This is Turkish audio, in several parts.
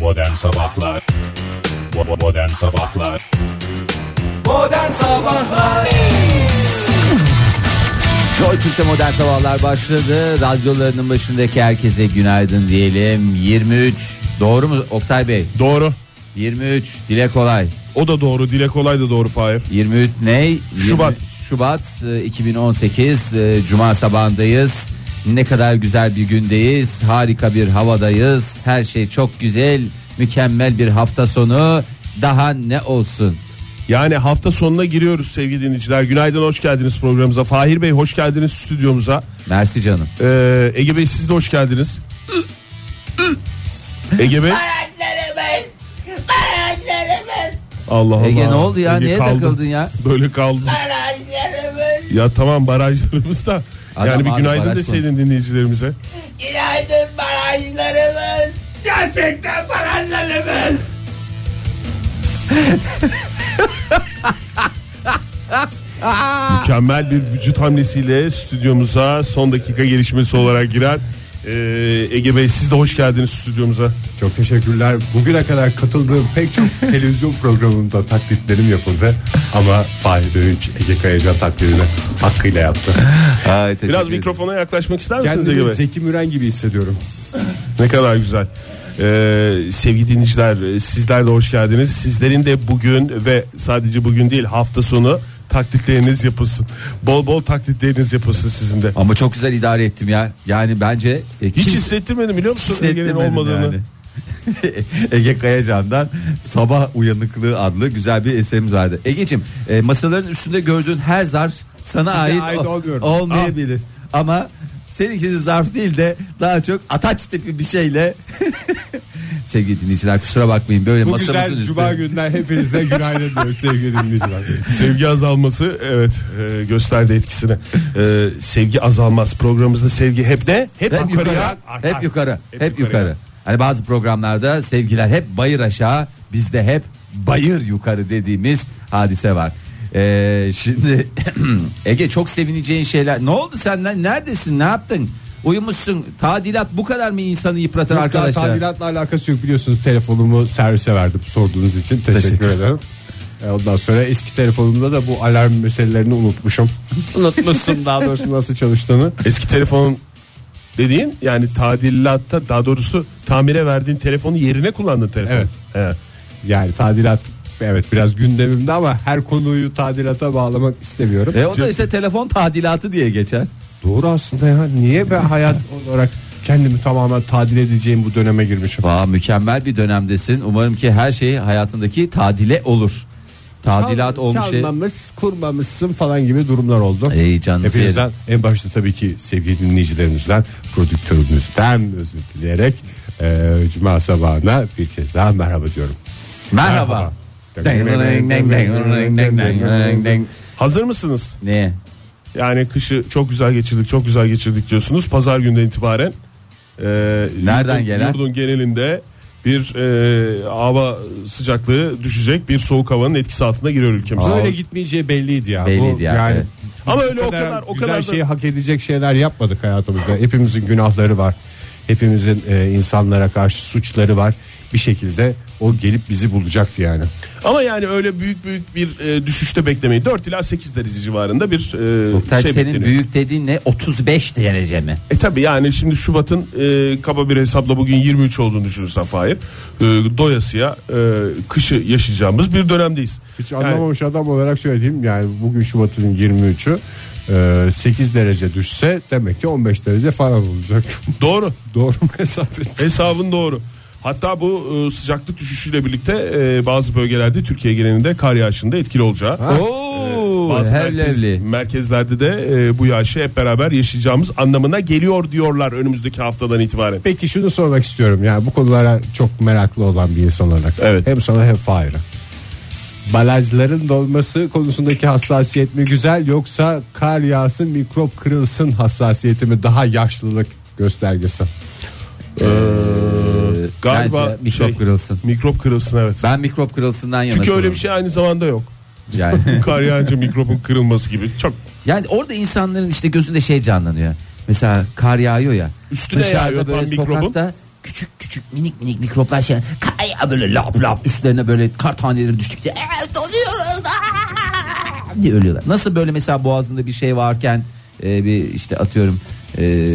Modern Sabahlar Bo- Modern Sabahlar Modern Sabahlar Joy Türk'te modern sabahlar başladı. Radyolarının başındaki herkese günaydın diyelim. 23 doğru mu Oktay Bey? Doğru. 23 dile kolay. O da doğru. Dile kolay da doğru Fahir. 23 ne? 23 Şubat. Şubat e, 2018 e, Cuma sabahındayız. Ne kadar güzel bir gündeyiz. Harika bir havadayız. Her şey çok güzel. Mükemmel bir hafta sonu. Daha ne olsun? Yani hafta sonuna giriyoruz sevgili dinleyiciler. Günaydın hoş geldiniz programımıza. Fahir Bey hoş geldiniz stüdyomuza. Mersi canım. Ee, Ege Bey siz de hoş geldiniz. Ege Bey. Allah Allah. Ege ne oldu ya? Ege Niye kaldı. takıldın ya? Böyle kaldı. Ya tamam barajlarımız da. Adam yani bir abi günaydın baraj deseydin konusu. dinleyicilerimize. Günaydın barajlarımız Gerçekten barajlarımız Mükemmel bir vücut hamlesiyle stüdyomuza son dakika gelişmesi olarak giren ee, Ege Bey siz de hoş geldiniz stüdyomuza. Çok teşekkürler. Bugüne kadar katıldığım pek çok televizyon programında taklitlerim yapıldı. Ama Fahir Öğünç Ege Kayacan taklidini hakkıyla yaptı. Biraz mikrofona yaklaşmak ister misiniz Ege Kendimi Bey? Zeki Müren gibi hissediyorum. Ne kadar güzel. Ee, sevgili dinleyiciler e, sizler de hoş geldiniz. Sizlerin de bugün ve sadece bugün değil hafta sonu taklitleriniz yapılsın. Bol bol taklitleriniz yapılsın sizin de. Ama çok güzel idare ettim ya. Yani bence e, Hiç kimse- hissettirmedim biliyor musun Ege'nin Hissettirmedim olmadığını. yani. Ege Kayacan'dan Sabah Uyanıklığı adlı güzel bir eserimiz vardı. Ege'cim e, masaların üstünde gördüğün her zarf sana ait, ait ol- olmuyor. olmayabilir. Ama seninkisi zarf değil de daha çok ataç tipi bir şeyle Sevgili dinleyiciler kusura bakmayın böyle Bu masamızın güzel üstünde. cuma günden hepinize günaydın diyorum sevgili dinleyiciler. Sevgi azalması evet e, gösterdi etkisini. E, sevgi azalmaz programımızda sevgi hep ne? Hep, Hep yukarı, yukarıya. hep yukarı, Hep hep yukarı. yukarı. Hani bazı programlarda sevgiler hep bayır aşağı, bizde hep bayır yukarı dediğimiz hadise var. Ee, şimdi Ege çok sevineceğin şeyler. Ne oldu senden? Neredesin? Ne yaptın? Uyumuşsun. Tadilat bu kadar mı insanı yıpratır Arkadaşlar. arkadaşlar? Tadilatla alakası yok biliyorsunuz telefonumu servise verdim sorduğunuz için teşekkür, ederim. E, Ondan sonra eski telefonumda da bu alarm meselelerini unutmuşum. Unutmuşsun daha doğrusu nasıl çalıştığını. Eski telefonun dediğin yani tadilatta daha doğrusu tamire verdiğin telefonu yerine kullandın telefonu. Evet. He. Yani tadilat evet biraz gündemimde ama her konuyu tadilata bağlamak istemiyorum. E o da işte telefon tadilatı diye geçer. Doğru aslında ya niye ben hayat olarak kendimi tamamen tadil edeceğim bu döneme girmişim. Vaa mükemmel bir dönemdesin. Umarım ki her şey hayatındaki tadile olur. Tadilat olmuş şey. Çalmamış, kurmamışsın falan gibi durumlar oldu. Ey canım Hepinizden en başta tabii ki sevgili dinleyicilerimizden, prodüktörümüzden özür dileyerek e, Cuma sabahına bir kez daha merhaba diyorum. Merhaba. Hazır mısınız? Ne? Yani kışı çok güzel geçirdik, çok güzel geçirdik diyorsunuz. Pazar günden itibaren e, Nereden yurdun, gelen? yurdun genelinde bir e, hava sıcaklığı düşecek, bir soğuk havanın etkisi altına giriyor ülkemiz. Böyle gitmeyeceği belliydi ya. Belliydi Bu ya, Yani evet. Ama öyle o o kadar, kadar o güzel şey kadar şeyi da hak edecek şeyler yapmadık hayatımızda. Hepimizin günahları var. Hepimizin e, insanlara karşı suçları var. Bir şekilde o gelip bizi bulacaktı yani. ama yani öyle büyük büyük bir e, düşüşte beklemeyin. 4 ila 8 derece civarında bir e, Oktay şey senin bekleniyor. büyük dediğin ne? 35 derece mi? E tabi yani şimdi Şubat'ın e, kaba bir hesapla bugün 23 olduğunu düşünürsen Fahir. E, doyasıya e, kışı yaşayacağımız bir dönemdeyiz. Hiç Yani anlamamış adam olarak söyleyeyim yani bugün Şubat'ın 23'ü e, 8 derece düşse demek ki 15 derece falan olacak. doğru. Doğru mu hesap ettim? Hesabın doğru. Hatta bu e, sıcaklık düşüşüyle birlikte e, bazı bölgelerde Türkiye genelinde kar yağışında etkili olacağı. Oo, Bazı her merkez- levli. merkezlerde de e, bu yağışı hep beraber yaşayacağımız anlamına geliyor diyorlar önümüzdeki haftadan itibaren. Peki şunu sormak istiyorum yani bu konulara çok meraklı olan bir insan olarak. Evet. Hem sana hem Fahir'e. Balajların dolması konusundaki hassasiyet mi güzel yoksa kar yağsın mikrop kırılsın hassasiyeti mi daha yaşlılık göstergesi? Galiba Bence mikrop şey- kırılsın. Ee, Mikrop kırılsın evet. Ben mikrop kırılsından yana. Çünkü öyle kullanırım. bir şey aynı zamanda yok. Yani, Kar yağınca mikropun kırılması gibi çok yani orada insanların işte gözünde şey canlanıyor. Mesela kar yağıyor ya. Üstüne dışarıda yağıyor tam böyle mikrobun. sokakta küçük küçük minik minik mikroplar şey kaya böyle lap lap üstlerine böyle kar taneleri düştükçe "Ee, donuyoruz aa!" diye ölüyorlar. Nasıl böyle mesela boğazında bir şey varken e, bir işte atıyorum e,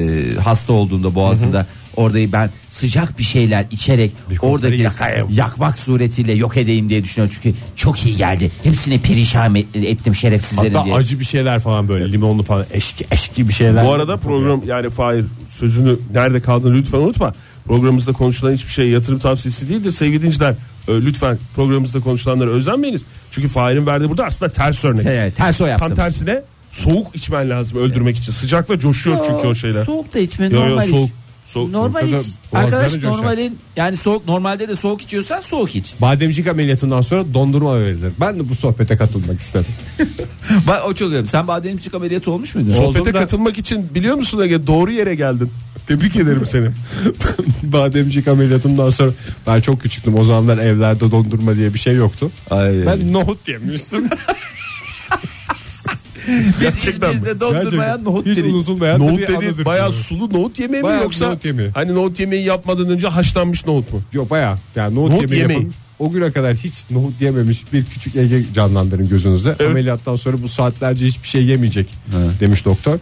hasta olduğunda boğazında orada ben sıcak bir şeyler içerek oradaki yakayım. yakmak suretiyle yok edeyim diye düşünüyorum çünkü çok iyi geldi. Hepsini perişan et- ettim şerefsizlerin Hatta diye. acı bir şeyler falan böyle limonlu falan eşki eşki bir şeyler. Bu arada program yani Fahir sözünü nerede kaldığını lütfen unutma. Programımızda konuşulan hiçbir şey yatırım tavsiyesi değildir sevgili dinciler. Ee, Lütfen programımızda konuşulanlara özenmeyiniz. Çünkü Fahir'in verdiği burada aslında ters örnek. Evet, ters o yaptım. Tam tersine soğuk içmen lazım öldürmek için. Sıcakla coşuyor çünkü o şeyler. Soğuk da içme Yo, yo, normal iç. soğuk, soğuk. normal Tabii, iç. boğazları Arkadaş coşar. normalin yani soğuk normalde de soğuk içiyorsan soğuk iç. Bademcik ameliyatından sonra dondurma verilir. Ben de bu sohbete katılmak istedim. Bak o çalıyorum. Sen bademcik ameliyatı olmuş muydun? Sohbete Oldum da- katılmak için biliyor musun Ege doğru yere geldin. Tebrik ederim seni. Bademcik ameliyatımdan sonra ben çok küçüktüm. O zamanlar evlerde dondurma diye bir şey yoktu. Ay. Ben nohut yemiştim. Biz Gerçekten mi? İzmir'de dondurmaya Gerçekten. nohut Hiç dedik. unutulmayan Nohut bir dediğin anıdır. bayağı sulu nohut yemeği mi Bayağı yoksa nohut yemeği. hani nohut yemeği yapmadan önce haşlanmış nohut mu? Yok bayağı. Yani nohut, Nohut yemeği yemeği. yapın. O güne kadar hiç nohut yememiş bir küçük Ege canlandırın gözünüzde. Ameliyattan sonra bu saatlerce hiçbir şey yemeyecek demiş doktor.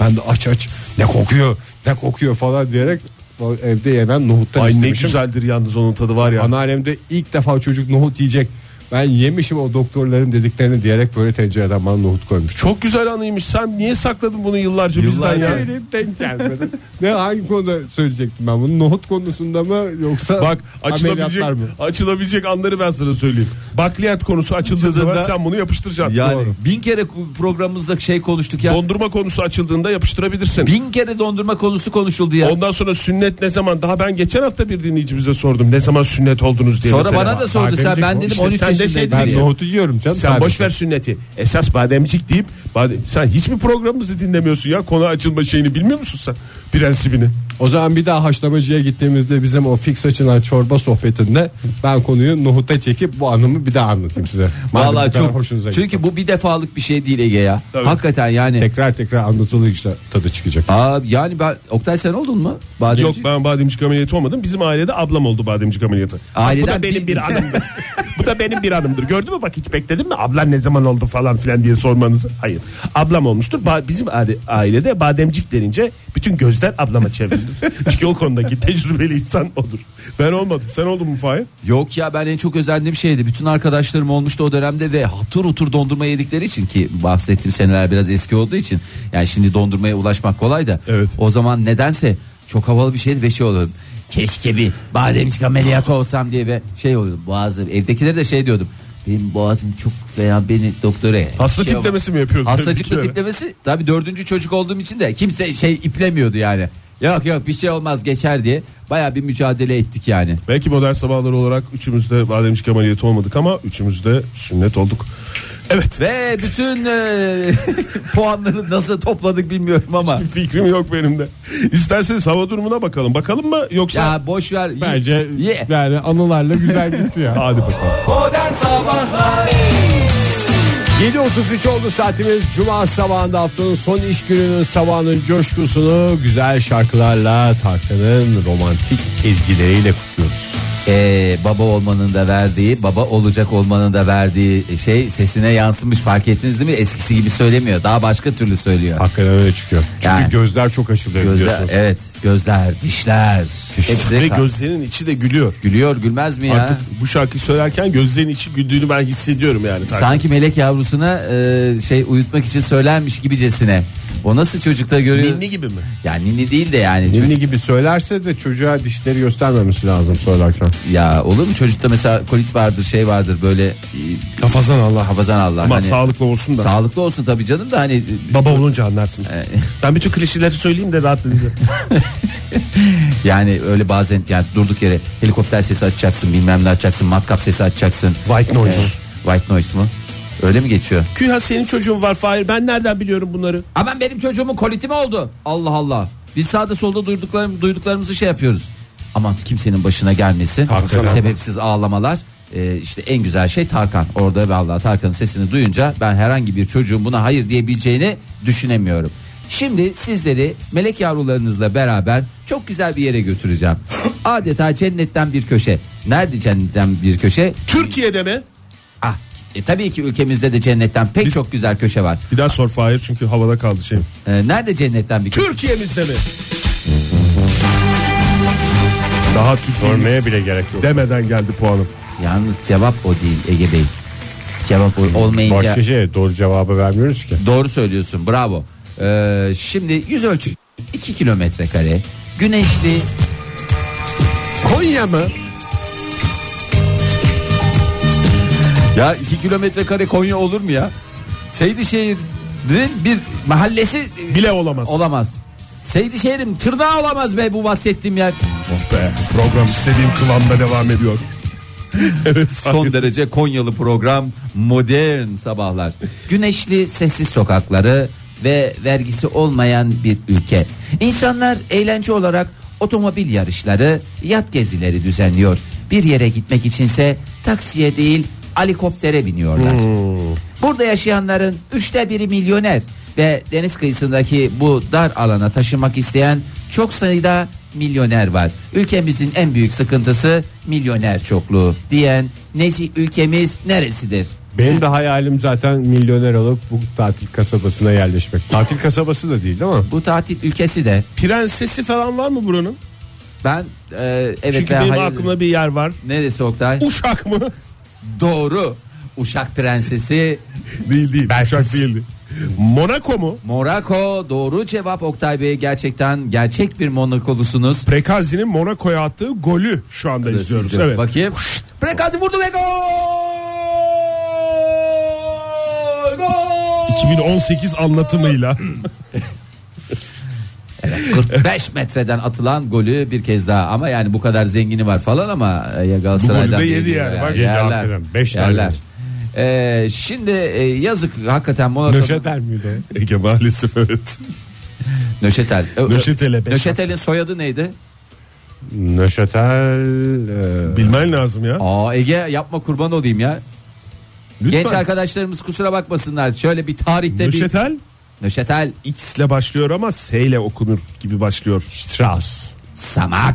Ben de aç aç ne kokuyor ne kokuyor falan diyerek o evde yenen nohuttan Ay ne istemişim. güzeldir yalnız onun tadı var ya. Anneannemde ilk defa çocuk nohut yiyecek. Ben yemişim o doktorların dediklerini diyerek böyle tencereden bana nohut koymuş. Çok güzel anıymış. Sen niye sakladın bunu yıllarca, Yıllarca bizden ya? benim denk gelmedi. ne hangi konuda söyleyecektim ben bunu? Nohut konusunda mı yoksa Bak açılabilecek, ameliyatlar mı? açılabilecek anları ben sana söyleyeyim. Bakliyat konusu açıldığı zaman da- sen bunu yapıştıracaksın. Yani Doğru. bin kere ku- programımızda şey konuştuk ya. Dondurma konusu açıldığında yapıştırabilirsin. bin kere dondurma konusu konuşuldu ya. Ondan sonra sünnet ne zaman? Daha ben geçen hafta bir dinleyicimize sordum. Ne zaman sünnet oldunuz diye. Sonra mesela. bana da sordu Bademcik sen ben o- dedim İşte sen de 13 şey yaşındaydım. Ben diyeceksin. nohutu yiyorum canım. Sen sadece. boş ver sünneti. Esas bademcik deyip badem- sen hiçbir programımızı dinlemiyorsun ya. Konu açılma şeyini bilmiyor musun sen? Prensibini. O zaman bir daha haşlamacıya gittiğimizde bizim o fix açılan çorba sohbetinde ben konuyu nohuta çekip bu anımı bir daha anlatayım size. Madem bu Vallahi kadar çok hoşunuza gitti. Çünkü bu bir defalık bir şey değil Ege ya. Tabii. Hakikaten yani. tekrar tekrar anlatılır işte tadı çıkacak. Aa, yani ben Oktay sen oldun mu? Bademcik? Yok ben bademcik ameliyatı olmadım. Bizim ailede ablam oldu bademcik ameliyatı. Bak, bu Aileden da benim bir- bir anımdır. bu da benim bir anımdır. Gördün mü bak hiç bekledin mi? Ablan ne zaman oldu falan filan diye sormanızı. Hayır. Ablam olmuştur. Ba- bizim aile- ailede bademcik denince bütün gözler ablama çevrilir. Çünkü o konudaki tecrübeli insan odur. Ben olmadım. Sen oldun mu Fahir? Yok ya ben en çok özendiğim şeydi. Bütün arkadaşlarım olmuştu o dönemde ve hatır otur dondurma yedikleri için ki bahsettiğim seneler biraz eski olduğu için. Yani şimdi dondurmaya ulaşmak kolay da. Evet. O zaman nedense çok havalı bir şeydi ve şey oluyordum. Keşke bir bademcik ameliyatı olsam diye ve şey oluyordum boğazım. Evdekileri de şey diyordum. Benim boğazım çok fena beni doktora. Hasta şey tiplemesi mi yapıyordun? Hastacıklı Ötekilere? tiplemesi tabii dördüncü çocuk olduğum için de kimse şey iplemiyordu yani. Yok yok bir şey olmaz geçer diye baya bir mücadele ettik yani. Belki modern sabahlar olarak üçümüzde bademcik ameliyatı olmadık ama üçümüzde sünnet olduk. Evet. Ve bütün e, puanları nasıl topladık bilmiyorum ama. Bir fikrim yok benim de. İsterseniz hava durumuna bakalım. Bakalım mı yoksa Ya boş ver. Ye- Bence Ye. yani anılarla güzel gitti ya. hadi bakalım. Modern Sabahlar 7.33 oldu saatimiz Cuma sabahında haftanın son iş gününün sabahının coşkusunu güzel şarkılarla Tarkan'ın romantik ezgileriyle kutluyoruz. Ee, baba olmanın da verdiği, baba olacak olmanın da verdiği şey sesine yansımış fark ettiniz değil mi? Eskisi gibi söylemiyor. Daha başka türlü söylüyor. Hakikaten öyle çıkıyor. Çünkü Yani. gözler çok açılıyor Gözler, biliyorsunuz. evet, gözler, dişler. Hepsi Ve ka- gözlerin içi de gülüyor. gülüyor, gülmez mi ya? Artık bu şarkıyı söylerken gözlerin içi güldüğünü ben hissediyorum yani. Sanki melek yavrusuna e, şey uyutmak için söylermiş gibicesine. O nasıl çocukta görüyor? Ninni gibi mi? Yani ninni değil de yani. Ninni Çocuk- gibi söylerse de çocuğa dişleri göstermemesi lazım söylerken. Ya olur mu çocukta mesela kolit vardır şey vardır böyle e, Kafazan Allah. hafazan Allah. Ama Hani- sağlıklı olsun da. Sağlıklı olsun tabii canım da hani Baba olunca anlarsın. Ee. ben bütün klişeleri söyleyeyim de rahatlayacağım. yani öyle bazen yani durduk yere helikopter sesi açacaksın bilmem ne açacaksın matkap sesi açacaksın. Ee, White noise. white noise mu? Öyle mi geçiyor? Küha senin çocuğun var Fahir. Ben nereden biliyorum bunları? Aman benim çocuğumun koliti mi oldu? Allah Allah. Biz sağda solda duyduklarım, duyduklarımızı şey yapıyoruz. Aman kimsenin başına gelmesin. Hakikaten. Sebepsiz ağlamalar. Ee, işte en güzel şey Tarkan. Orada vallahi Tarkan'ın sesini duyunca ben herhangi bir çocuğun buna hayır diyebileceğini düşünemiyorum. Şimdi sizleri melek yavrularınızla beraber çok güzel bir yere götüreceğim. Adeta cennetten bir köşe. Nerede cennetten bir köşe? Türkiye'de mi? Ah, e, tabii ki ülkemizde de cennetten pek Biz- çok güzel köşe var. Bir daha sor Fahir çünkü havada kaldı şey. E, nerede cennetten bir köşe? Türkiye'mizde mi? Daha Türkiye Sormaya bile gerek yok. demeden geldi puanım. Yalnız cevap o değil Ege Bey. Cevap o olmayınca Başka şey doğru cevabı vermiyoruz ki. doğru söylüyorsun. Bravo. E, şimdi yüz ölçü 2 kilometre kare. Güneşli Konya mı? Ya 2 kilometre kare Konya olur mu ya? Seydişehir'in bir mahallesi Bile olamaz. olamaz. Seydişehir'in tırnağı olamaz be bu bahsettiğim yer. Oh be, program istediğim kıvamda devam ediyor. Son derece Konyalı program modern sabahlar. Güneşli sessiz sokakları ve vergisi olmayan bir ülke. İnsanlar eğlence olarak otomobil yarışları, yat gezileri düzenliyor. Bir yere gitmek içinse taksiye değil helikoptere biniyorlar. Burada yaşayanların üçte biri milyoner ve deniz kıyısındaki bu dar alana taşınmak isteyen çok sayıda milyoner var. Ülkemizin en büyük sıkıntısı milyoner çokluğu diyen nesi ülkemiz neresidir? Benim de hayalim zaten milyoner olup bu tatil kasabasına yerleşmek. Tatil kasabası da değil ama Bu tatil ülkesi de Prensesi falan var mı buranın? ben e, evet Çünkü ben benim hayır- aklımda bir yer var. neresi Oktay? Uşak mı? Doğru. Uşak prensesi değil değil. Uşak değildi. Monaco mu? Morako doğru cevap Oktay Bey gerçekten gerçek bir monokolusunuz. Prekazi'nin Monaco'ya attığı golü şu anda izliyoruz. Evet. Bakayım. Şşt, Prekazi vurdu ve gol! Gol! 2018 anlatımıyla. 45 metreden atılan golü bir kez daha ama yani bu kadar zengini var falan ama e, ya Bu Galatasaray'dan golü de değil yedi yani. Bak yedi yerler. hakikaten. Beş tane yerler. yedi. Ee, şimdi e, yazık hakikaten Monaco'nun Nöşeter miydi o? Ege maalesef evet. Nöşetel. Ö- ö- Nöşetel'e beş Nöşetel'in E, soyadı neydi? Nöşetel e, Bilmen lazım ya. Aa Ege yapma kurban olayım ya. Lütfen. Genç arkadaşlarımız kusura bakmasınlar. Şöyle bir tarihte bir Nöşetel Nöşetel X ile başlıyor ama S ile okunur gibi başlıyor. Strauss. Samax.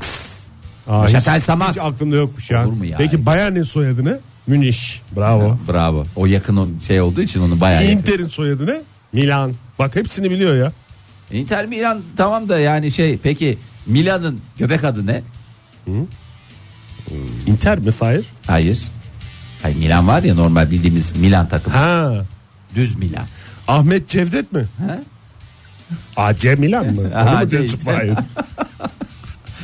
Aa, Nöşetel hiç- Samax. Hiç aklımda yokmuş ya. Olur mu ya? Peki Bayern'in soyadı ne? Münih. Bravo. Bravo. O yakın o- şey olduğu için onu bayağı yakın. Inter'in soyadı ne? Milan. Bak hepsini biliyor ya. Inter Milan tamam da yani şey peki Milan'ın göbek adı ne? Inter mi Fahir? Hayır. Hayır Milan var ya normal bildiğimiz Milan takımı. Ha. Düz Milan. Ahmet Cevdet mi? Ha? AC Milan mı? Onu mu AC diyorsun işte. Fahir?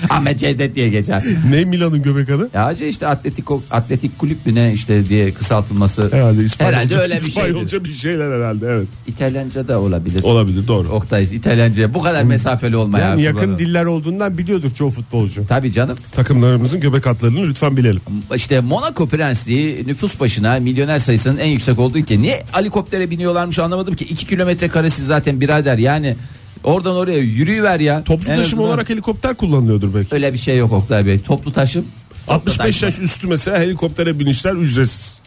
Ahmet Cevdet diye geçer. ne Milan'ın göbek adı? Ya Hacı işte Atletico Atletik Kulüp mü ne işte diye kısaltılması. Herhalde İspanyolca, Herhalde öyle bir şey. İspanyolca bir şeyler herhalde evet. İtalyanca da olabilir. Olabilir doğru. Oktay İtalyanca bu kadar mesafeli olma ya. Yani yakın Kullanalım. diller olduğundan biliyordur çoğu futbolcu. Tabii canım. Takımlarımızın göbek adlarını lütfen bilelim. İşte Monaco prensliği nüfus başına milyoner sayısının en yüksek olduğu ülke. Niye helikoptere biniyorlarmış anlamadım ki. 2 kilometre karesi zaten birader yani. Oradan oraya yürüyüver ya. Toplu En taşıma azından- olarak helikopter kullanılıyordur belki. Öyle bir şey yok Oktay Bey. Toplu taşım. 65 yaş üstü mesela helikoptere binişler ücretsiz.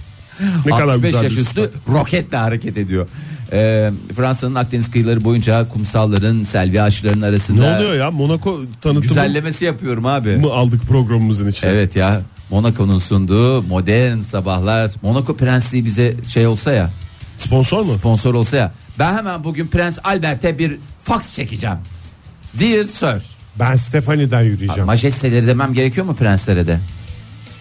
Ne kadar 65 güzel yaş bir üstü roketle hareket ediyor. Ee, Fransa'nın Akdeniz kıyıları boyunca kumsalların, selvi ağaçlarının Ne arasında oluyor ya Monaco tanıtımı güzellemesi yapıyorum abi. mı aldık programımızın içine? Evet ya. Monaco'nun sunduğu modern sabahlar. Monaco prensliği bize şey olsa ya. Sponsor mu? sponsor olsa ya. Ben hemen bugün Prens Albert'e bir fax çekeceğim. Dear Sir. Ben Stefani'den yürüyeceğim. Majesteleri demem gerekiyor mu prenslere de?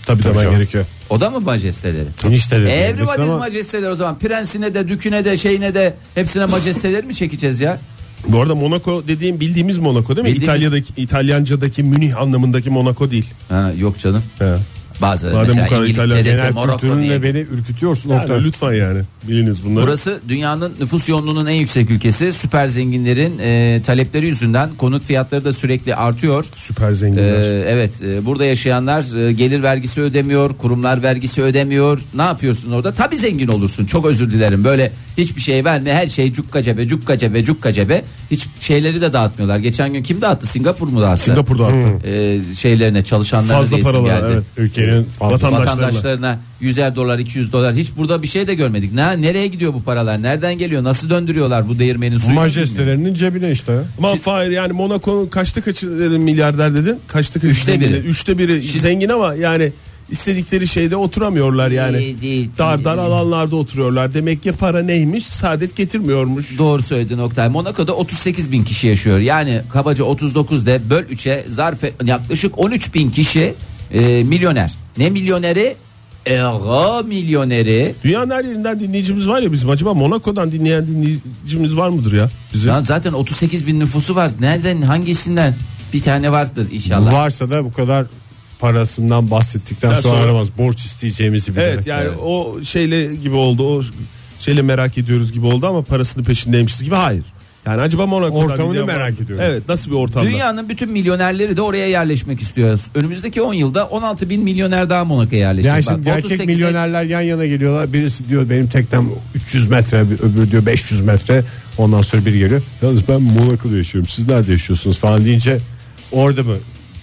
Tabii Demen tabii. gerekiyor. O da mı majesteleri? Enişte de Everybody's diyebilirsin ama majesteleri o zaman. Prensine de, düküne de, şeyine de hepsine majesteleri mi çekeceğiz ya? Bu arada Monaco dediğim bildiğimiz Monaco değil mi? Bildiğimiz- İtalya'daki İtalyanca'daki Münih anlamındaki Monaco değil. Ha, yok canım. He. Bazı Madem bu mesela kadar İtalyan İngiltere'de, genel Morocco diye. kültürünle beni ürkütüyorsun. Yani Oktay. lütfen yani biliniz bunları. Burası dünyanın nüfus yoğunluğunun en yüksek ülkesi. Süper zenginlerin e, talepleri yüzünden konut fiyatları da sürekli artıyor. süper zenginler. Ee, evet e, burada yaşayanlar e, gelir vergisi ödemiyor kurumlar vergisi ödemiyor ne yapıyorsun orada tabi zengin olursun çok özür dilerim böyle hiçbir şey verme her şey cukka cebe cukka cebe cukka cebe hiç şeyleri de dağıtmıyorlar geçen gün kim dağıttı Singapur mu dağıttı Singapur'da arttı. Ee, şeylerine çalışanlara Fazla diyesim paralar geldi. evet. Ülkenin ülkenin fazla Vatandaşlarına. vatandaşlarına 100'er dolar 200 dolar hiç burada bir şey de görmedik. Ne nereye gidiyor bu paralar? Nereden geliyor? Nasıl döndürüyorlar bu değirmenin suyunu? bilmiyorum. majestelerinin cebine işte. ya. Aman Fahir yani Monaco'nun kaçta kaçı dedin milyarder dedin? Kaçta kaçı? Üçte zengin biri. dedin? Üçte biri Şimdi- zengin ama yani istedikleri şeyde oturamıyorlar yani. İyi değil. Dar dar alanlarda oturuyorlar. Demek ki para neymiş? Saadet getirmiyormuş. Doğru söyledin Oktay. Monaco'da 38 bin kişi yaşıyor. Yani kabaca 39 de böl 3'e zarf et- yaklaşık 13 bin kişi e, milyoner. Ne milyoneri? Euro milyoneri. Dünyanın her yerinden dinleyicimiz var ya bizim. Acaba Monaco'dan dinleyen dinleyicimiz var mıdır ya? Bizim. Ya zaten 38 bin nüfusu var. Nereden hangisinden? Bir tane vardır inşallah. Varsa da bu kadar parasından bahsettikten Ya sonra sonra- aramaz. Borç isteyeceğimizi bilerek. Evet yani o şeyle gibi oldu. O şeyle merak ediyoruz gibi oldu ama parasını peşindeymişiz gibi hayır. Yani acaba Monaco'dan Ortamını dinleyen var merak mı? ediyorum. Evet nasıl bir ortamda? Dünyanın bütün milyonerleri de oraya yerleşmek istiyoruz. Önümüzdeki 10 yılda 16 bin milyoner daha Monaco'ya yerleşecek. Yani Bak, şimdi gerçek 38'e milyonerler yan yana geliyorlar. Birisi diyor benim teknem 300 metre, bir- öbürü diyor 500 metre. Ondan sonra biri geliyor. Yalnız ben Monaco'da yaşıyorum. Siz nerede yaşıyorsunuz falan deyince orada mı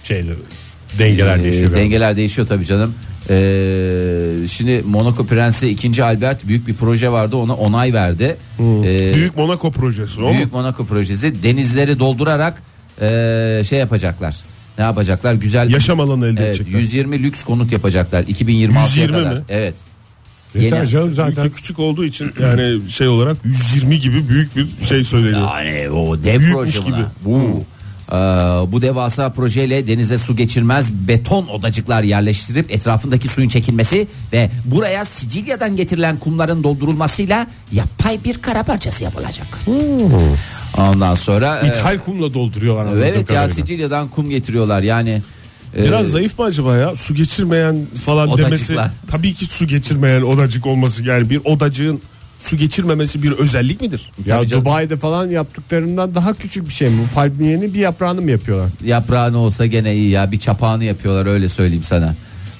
şeyler dengeler Ee, değişiyor? galiba? dengeler değişiyor tabii canım. Ee, şimdi Monaco Prensi 2. Albert büyük bir proje vardı ona onay verdi. Ee, Büyük Monaco projesi o mu? büyük Monaco projesi denizleri doldurarak ee, şey yapacaklar. Ne yapacaklar? Güzel Yaşam alanı elde Evet, edecekler. 120 lüks konut yapacaklar 2026'ya 120 kadar. mi? Evet. Yeter Yeni- canım Zaten zaten. küçük olduğu için yani şey olarak 120 gibi büyük bir şey söyleniyor. Yani Hani o dev Büyükmüş proje buna. gibi. Bu. Ee, bu devasa projeyle denize su geçirmez beton odacıklar yerleştirip etrafındaki suyun çekilmesi ve buraya Sicilya'dan getirilen kumların doldurulmasıyla yapay bir kara parçası yapılacak. Ondan sonra e, İthal kumla dolduruyorlar. anladığım evet ya kadarıyla. Sicilya'dan kum getiriyorlar yani. e, Biraz zayıf mı acaba ya? Su geçirmeyen falan Odacıklar. demesi. Tabii ki su geçirmeyen odacık olması yani bir odacığın su geçirmemesi bir özellik midir? Ya Tabii canım. Dubai'de falan yaptıklarından daha küçük bir şey mi? Bu Palmiyenin bir yaprağını mı yapıyorlar? yaprağı ne olsa gene iyi ya bir çapağını yapıyorlar öyle söyleyeyim sana.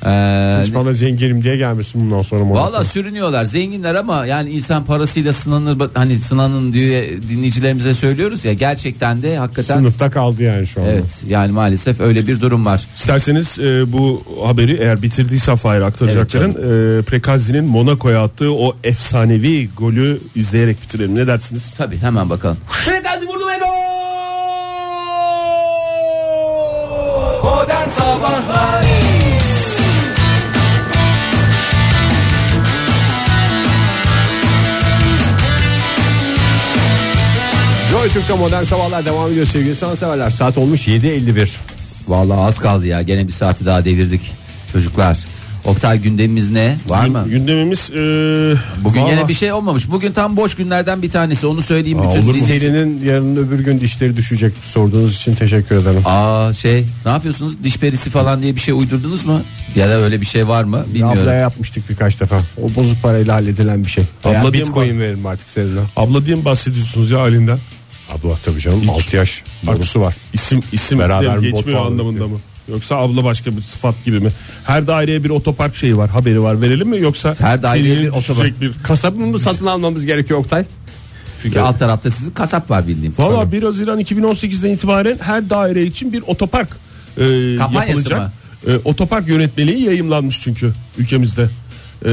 Ee, Hiç bana zenginim diye gelmişsin bundan sonra. Monaco'ya. Valla sürünüyorlar zenginler ama yani insan parasıyla sınanır Bak hani sınanın diye dinleyicilerimize söylüyoruz ya gerçekten de hakikaten Sınıfta kaldı yani şu anda. evet yani maalesef öyle bir durum var. İsterseniz e, bu haberi eğer bitirdiysen Fahir aktaracakların e, Prekazi'nin Monaco'ya attığı o efsanevi golü izleyerek bitirelim. Ne dersiniz? Tabi hemen bakalım. Fregazi vurdu ve gol! Modern Sabahlar Joy Türk'te modern sabahlar devam ediyor sevgili sanatseverler. Saat olmuş 7.51. Valla az kaldı ya gene bir saati daha devirdik çocuklar. Oktay gündemimiz ne var mı? Gündemimiz e, Bugün valla- gene bir şey olmamış. Bugün tam boş günlerden bir tanesi onu söyleyeyim Aa, bütün olur mu? dinleyici- Selin'in yarın öbür gün dişleri düşecek sorduğunuz için teşekkür ederim. Aa şey ne yapıyorsunuz diş perisi falan diye bir şey uydurdunuz mu? Ya da öyle bir şey var mı bilmiyorum. Ablaya yapmıştık birkaç defa. O bozuk parayla halledilen bir şey. Abla Veya diyeyim bitcoin verelim artık Selin'e. Abla diye mi bahsediyorsunuz ya halinden? Abla tabii canım 6 yaş borusu var. İsim isim Beraber de bir bot geçmiyor bağladık anlamında diyor. mı? Yoksa abla başka bir sıfat gibi mi? Her daireye bir otopark şeyi var, haberi var. Verelim mi yoksa Her daireye serinin bir otopark. düşecek bir Kasabını mı satın almamız gerekiyor Oktay? Çünkü alt tarafta sizin kasap var bildiğim. Valla 1 Haziran 2018'den itibaren her daire için bir otopark e, Kampanyası yapılacak. mı? E, otopark yönetmeliği yayımlanmış çünkü ülkemizde. E,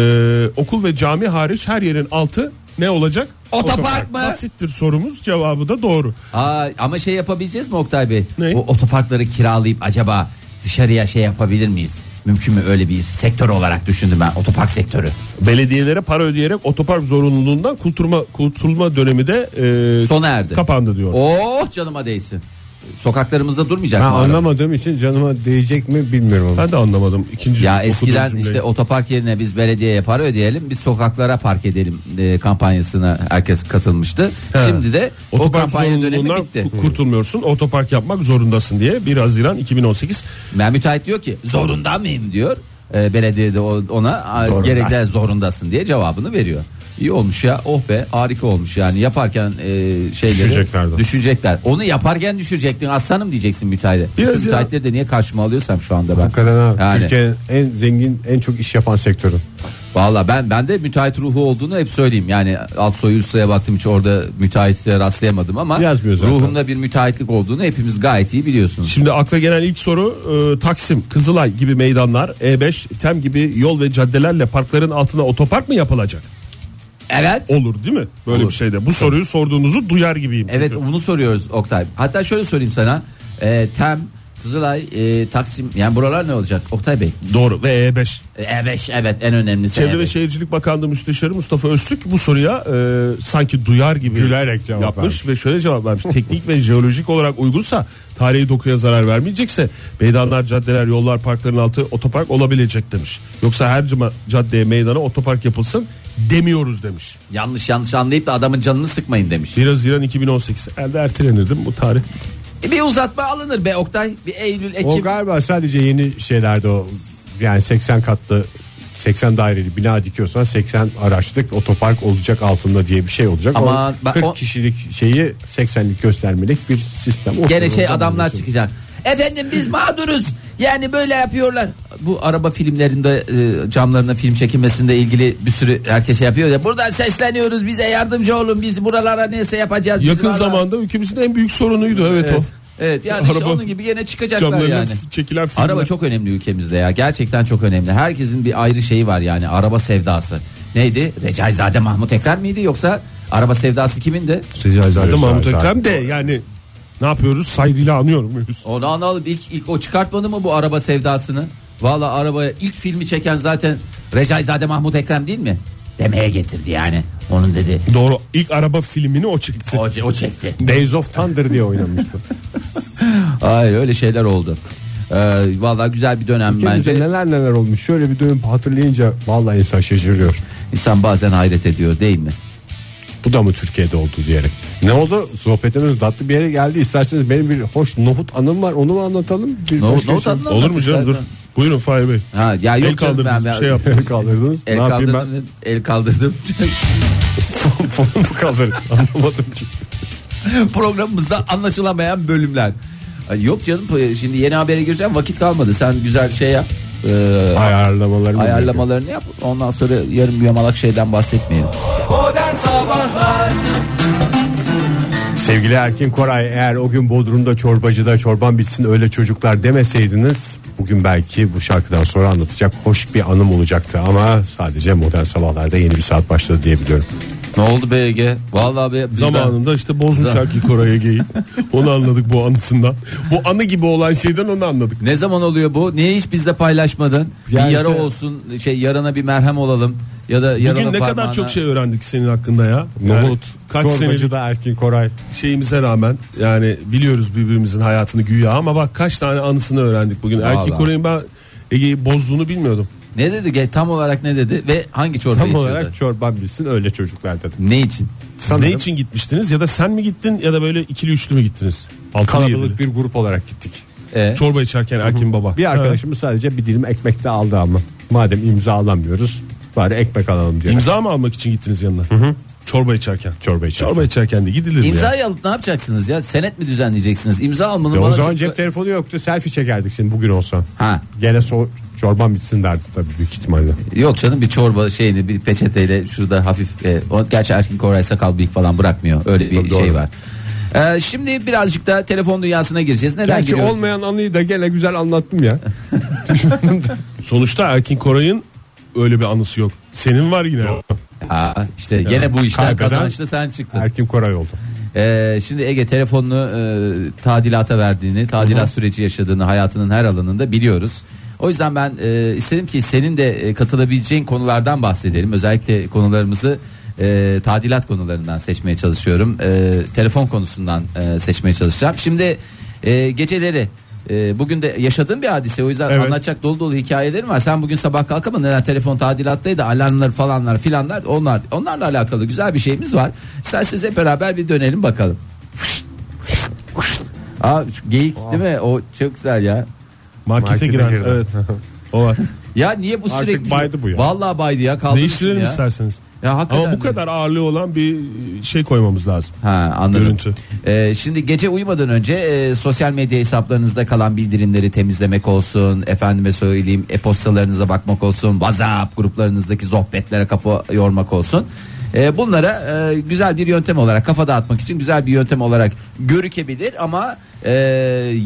okul ve cami hariç her yerin altı ne olacak? Otopark mı? Basittir sorumuz cevabı da doğru. Aa, ama şey yapabileceğiz mi Oktay Bey? Ne? Bu otoparkları kiralayıp acaba dışarıya şey yapabilir miyiz? Mümkün mü öyle bir sektör olarak düşündüm ben otopark sektörü. Belediyelere para ödeyerek otopark zorunluluğundan kurtulma, kurtulma dönemi de e, Sona erdi. kapandı diyor. Oh canıma değsin. Sokaklarımızda durmayacak Ben mı? araba? anlamadığım için canıma değecek mi bilmiyorum ama. Ben de anlamadım. İkinci Ya okuduğum eskiden cümleyi. işte otopark yerine biz belediyeye para ödeyelim biz sokaklara park edelim e, kampanyasına herkes katılmıştı. Şimdi de o otopark kampanya dönemi zorunluluğundan bitti. ku- kurtulmuyorsun. Otopark yapmak zorundasın diye 1 Haziran 2018 Ben müteahhit diyor ki zorunda mıyım diyor. E, belediye de o- ona a, gerekli zorundasın diye cevabını veriyor. İyi olmuş ya oh be harika olmuş yani yaparken e, şeyleri Düşeceklerdi. düşecekler. Onu yaparken düşürecektin aslanım diyeceksin müteahhide. Biraz Bütün ya. Müteahhitleri de niye karşıma alıyorsam şu anda ben. Hakikaten ha, Yani. Türkiye'nin en zengin en çok iş yapan sektörü. Valla ben ben de müteahhit ruhu olduğunu hep söyleyeyim. Yani alt soyu üst soya baktım hiç orada müteahhitle rastlayamadım ama Yazmıyor zaten. ruhumda bir müteahhitlik olduğunu hepimiz gayet iyi biliyorsunuz. Şimdi akla gelen ilk soru e, Taksim, Kızılay gibi meydanlar, E5, Tem gibi yol ve caddelerle parkların altına otopark mı yapılacak? Evet. Olur değil mi? Böyle Olur. bir şeyde. Bu soruyu sorduğunuzu duyar gibiyim. Evet çünkü. bunu soruyoruz Oktay. Hatta şöyle sorayım sana. Ee, Tem, Kızılay, e, Taksim yani buralar ne olacak Oktay Bey? E, Doğru ve E5. Evet evet en önemlisi. Çevre ve evet. Şehircilik Bakanlığı Müsteşarı Mustafa Öztürk bu soruya e, sanki duyar gibi Gülerek cevap yapmış vermiş. ve şöyle cevap vermiş. Teknik ve jeolojik olarak uygunsa tarihi dokuya zarar vermeyecekse meydanlar, caddeler, yollar, parkların altı otopark olabilecek demiş. Yoksa her cuma, caddeye, meydana otopark yapılsın demiyoruz demiş. Yanlış yanlış anlayıp da adamın canını sıkmayın demiş. 1 Haziran 2018. Elde ertelenir değil mi bu tarih? E, bir uzatma alınır be Oktay. Bir Eylül, Ekim. O galiba sadece yeni şeylerde o yani 80 katlı 80 daireli bina dikiyorsan 80 araçlık otopark olacak altında diye bir şey olacak. Ama Ama ben- 40 o- kişilik şeyi 80'lik göstermelik bir sistem. Gene şey Oturur, adamlar oturur. çıkacak. Efendim biz mağduruz. Yani böyle yapıyorlar. Bu araba filmlerinde e, camlarına film çekilmesinde ilgili bir sürü herkese yapıyor ya. Buradan sesleniyoruz bize yardımcı olun. Biz buralara neyse yapacağız. Biz Yakın valla- zamanda ülkemizin en büyük sorunuydu evet, Evet. o. Evet yani işte Araba onun gibi gene çıkacaklar Camlarına yani. çekilen filmler. Araba çok önemli ülkemizde ya. Gerçekten çok önemli. Herkesin bir ayrı şeyi var yani araba sevdası. Neydi? Recaizade Mahmut Ekler miydi yoksa araba sevdası kimindi? Recaizade Mahmut Recaizade. Ekrem de yani ne yapıyoruz? Saygıyla anıyor muyuz? Onu analım ilk, ilk o çıkartmadı mı bu araba sevdasını? Valla arabaya ilk filmi çeken zaten Recaizade Mahmut Ekrem değil mi? Demeye getirdi yani. Onun dedi Doğru. İlk araba filmini o çıktı. o, o çekti. Days of Thunder diye oynamıştı. Ay öyle şeyler oldu. Ee, Valla güzel bir dönem Kendisi bence. neler neler olmuş. Şöyle bir dönüp hatırlayınca vallahi insan şaşırıyor. İnsan bazen hayret ediyor değil mi? Bu da mı Türkiye'de oldu diyerek. Ne oldu? Sohbetimiz tatlı bir yere geldi. İsterseniz benim bir hoş nohut anım var. Onu mu anlatalım? Bir şey Nohut- hoş nohut geçen- anı- Olur mu canım? Dur. Zaten. Buyurun Fahir Bey. Ha, ya yok El canım ben- kaldırdınız. Bir ben- şey yaptınız. El kaldırdınız. El ne yapayım ben? kaldırdım. El kaldırdım. Fonu mu kaldır? Anlamadım ki. Programımızda anlaşılamayan bölümler. Ay, Yok canım e, şimdi yeni habere gireceğim vakit kalmadı. Sen güzel şey yap. Ee, Ayarlamaları mı? ayarlamalarını yap. Ondan sonra yarım yamalak şeyden bahsetmeyelim. Modern Sabahlar gerekiyor? Sevgili Erkin Koray eğer o gün Bodrum'da çorbacıda çorban bitsin öyle çocuklar demeseydiniz bugün belki bu şarkıdan sonra anlatacak hoş bir anım olacaktı ama sadece modern sabahlarda yeni bir saat başladı diyebiliyorum. Ne oldu BG? Vallahi be biz ben- Zamanında işte bozmuş şarkıyı Koray'a geyin. Onu anladık bu anısından. Bu anı gibi olan şeyden onu anladık. Ne zaman oluyor bu? Niye hiç bizle paylaşmadın? Yani bir yara işte- olsun şey yarana bir merhem olalım ya da yarana Bugün ne kadar parmağına- çok şey öğrendik senin hakkında ya. Yani Nohut, kaç senelik çorbacıda Erkin Koray. şeyimize rağmen yani biliyoruz birbirimizin hayatını güya ama bak kaç tane anısını öğrendik bugün. Erkin Vallahi. Koray'ın ben Ege'yi bozduğunu bilmiyordum. Ne dedi? Ge- Tam olarak ne dedi ve hangi çorba Tam içiyordu? olarak çorban bitsin öyle çocuklar dedim. Ne için? Siz Sanırım. ne için gitmiştiniz ya da sen mi gittin ya da böyle ikili üçlü mü gittiniz? Altılı yedili. Kalabalık bir grup olarak gittik. E, Çorba içerken Erkin Baba. Bir arkadaşımız sadece bir dilim ekmek de aldı ama madem imza alamıyoruz bari ekmek alalım Ha. diye. İmza mı almak için gittiniz yanına? Çorba içerken. Çorba içerken. Çorba içerken de gidilir mi ya? İmzayı alıp ne yapacaksınız ya? Senet mi düzenleyeceksiniz? İmza almanın Ya bana o zaman çok- cep telefonu yoktu selfie çekerdik şimdi bugün olsa. Ha. Gene so çorban bitsin derdi tabii büyük ihtimalle. Yok canım bir çorba şeyini bir peçeteyle şurada hafif e, o, gerçi Erkin Koray sakal bıyık falan bırakmıyor. Öyle bir Tabii şey doğru. var. E, şimdi birazcık da telefon dünyasına gireceğiz. Neden Gerçi giriyoruz? olmayan anıyı da gene güzel anlattım ya. Sonuçta Erkin Koray'ın öyle bir anısı yok. Senin var yine. Ha, işte yine bu işler Kankadan- kazançlı sen çıktın. Erkin Koray oldu. E, şimdi Ege telefonunu e, tadilata verdiğini, tadilat süreci yaşadığını hayatının her alanında biliyoruz. O yüzden ben e, istedim ki senin de e, katılabileceğin konulardan bahsedelim. Özellikle konularımızı e, tadilat konularından seçmeye çalışıyorum. E, telefon konusundan e, seçmeye çalışacağım. Şimdi e, geceleri e, bugün de yaşadığın bir hadise o yüzden Evet. anlatacak dolu dolu hikayelerim var. Sen bugün sabah kalkamadın neden telefon tadilattaydı alarmlar falanlar filanlar onlar onlarla alakalı güzel bir şeyimiz var. İsterseniz hep beraber bir dönelim bakalım. Aa, şu geyik değil mi? O çok güzel ya. Markete, Markete giren. girdi. Evet. O var. Ya niye bu Artık sürekli? baydı bu ya. Vallahi baydı ya. kaldırmışsın Değiştirelim ya. isterseniz. Ya hakikaten Ama bu de. kadar ağırlığı olan bir şey koymamız lazım. Ha anladım. Görüntü. Ee, şimdi gece uyumadan önce e, sosyal medya hesaplarınızda kalan bildirimleri temizlemek olsun. Efendime söyleyeyim e-postalarınıza bakmak olsun. WhatsApp gruplarınızdaki sohbetlere kafa yormak olsun. E, bunlara e, güzel bir yöntem olarak kafa dağıtmak için güzel bir yöntem olarak görükebilir ama e,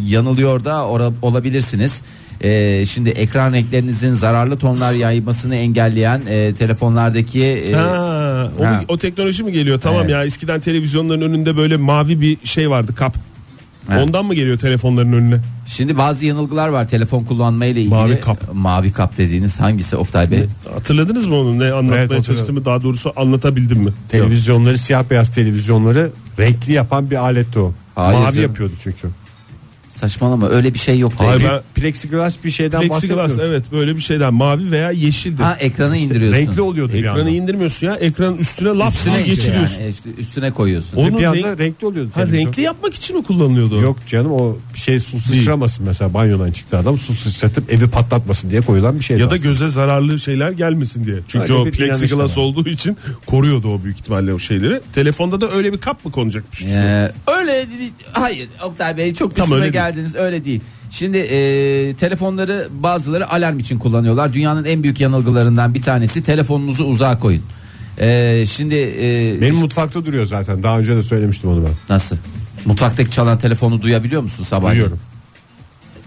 yanılıyor da ora- olabilirsiniz. Ee, şimdi ekran renklerinizin zararlı tonlar yaymasını engelleyen e, telefonlardaki e, Ha, o, ha. o teknoloji mi geliyor? Tamam Evet. ya eskiden televizyonların önünde böyle mavi bir şey vardı kap. Evet. Ondan mı geliyor telefonların önüne? Şimdi bazı yanılgılar var telefon kullanmayla ilgili. Mavi kap. Mavi kap dediğiniz hangisi Oktay Bey? Hatırladınız mı onu? Ne anlatmaya hatırladım. çalıştığımı daha doğrusu anlatabildim mi? Televizyonları siyah beyaz televizyonları renkli yapan bir aletti o. Hayır Mavi canım. yapıyordu çünkü. Saçmalama öyle bir şey yok. Hayır, Hayır, ben- Plexiglas bir şeyden Plexiglas bahsetmiyoruz. evet böyle bir şeyden mavi veya yeşildi. Ha ekranı indiriyorsun. Renkli oluyordu bir Ekranı anda. indirmiyorsun ya ekranın üstüne lap Üstüne diye işte geçiriyorsun. yani, üst- üstüne koyuyorsun. Onun bir anda renk- renkli oluyordu. Ha, televizyon. renkli yapmak için mi kullanılıyordu? o? Yok canım o bir şey su sıçramasın mesela banyodan çıktı adam su sıçratıp evi patlatmasın diye koyulan bir şey. Ya da göze zararlı şeyler gelmesin diye. Çünkü Öyle o bir planı plexiglas işte. olduğu için koruyordu o büyük ihtimalle o şeyleri. Telefonda da öyle bir kap mı konacakmış? üstüne? Ee, öyle değil- hayır Oktay Bey çok Tam üstüme öyle değil. geldiniz öyle değil. Şimdi e, telefonları bazıları alarm için kullanıyorlar. Dünyanın en büyük yanılgılarından bir tanesi telefonunuzu uzağa koyun. E, şimdi e, Benim mutfakta duruyor zaten daha önce de söylemiştim onu ben. nasıl? Mutfaktaki çalan telefonu duyabiliyor musun sabah? Duyuyorum.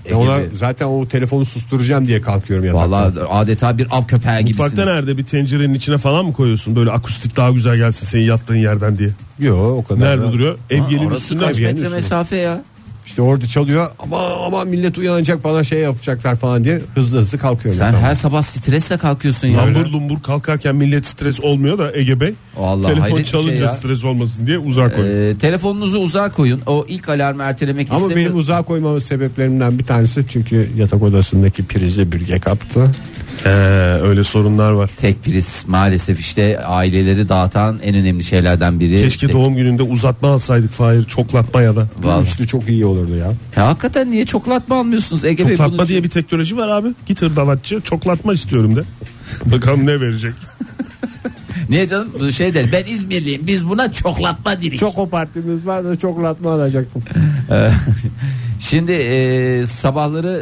E, Ya ona gibi. zaten o telefonu susturacağım diye kalkıyorum yataktan. Vallahi adeta bir av köpeği gibisiniz. Mutfakta nerede bir tencerenin içine falan mı koyuyorsun böyle akustik daha güzel gelsin senin yattığın yerden diye. Yok o kadar. Nerede da- duruyor? Evyenin Orası üstünde kaç mi? Evyenin metre üstünde. mesafe ya? İşte orada çalıyor ama ama millet uyanacak bana şey yapacaklar falan diye hızlı hızlı kalkıyorum. Sen yataktan. her sabah stresle kalkıyorsun ya. Lambur lumbur kalkarken millet stres olmuyor da Ege Bey. Vallahi hayret telefon bir şey çalınca ya. stres olmasın diye uzak koy. Ee, telefonunuzu uzağa koyun. O ilk alarmı ertelemek Ama istemiyor- benim uzağa koymamın sebeplerimden bir tanesi çünkü yatak odasındaki prize bürge kaptı. Ee, öyle sorunlar var. Tek priz maalesef işte aileleri dağıtan en önemli şeylerden biri. Keşke Tek- doğum gününde uzatma alsaydık Fahir çoklatma ya da. Bu Vallahi. Üçlü çok iyi olurdu ya. Ya hakikaten niye çoklatma almıyorsunuz Ege Bey? Çoklatma Bunun diye bir teknoloji var abi. Git hırdavatçı çoklatma istiyorum de. Bakalım ne verecek. için- Niye canım? Bu Şey der ben İzmirliyim biz buna çoklatma dedik. o partimiz var da çoklatma alacaktım. Ee, Şimdi e, sabahları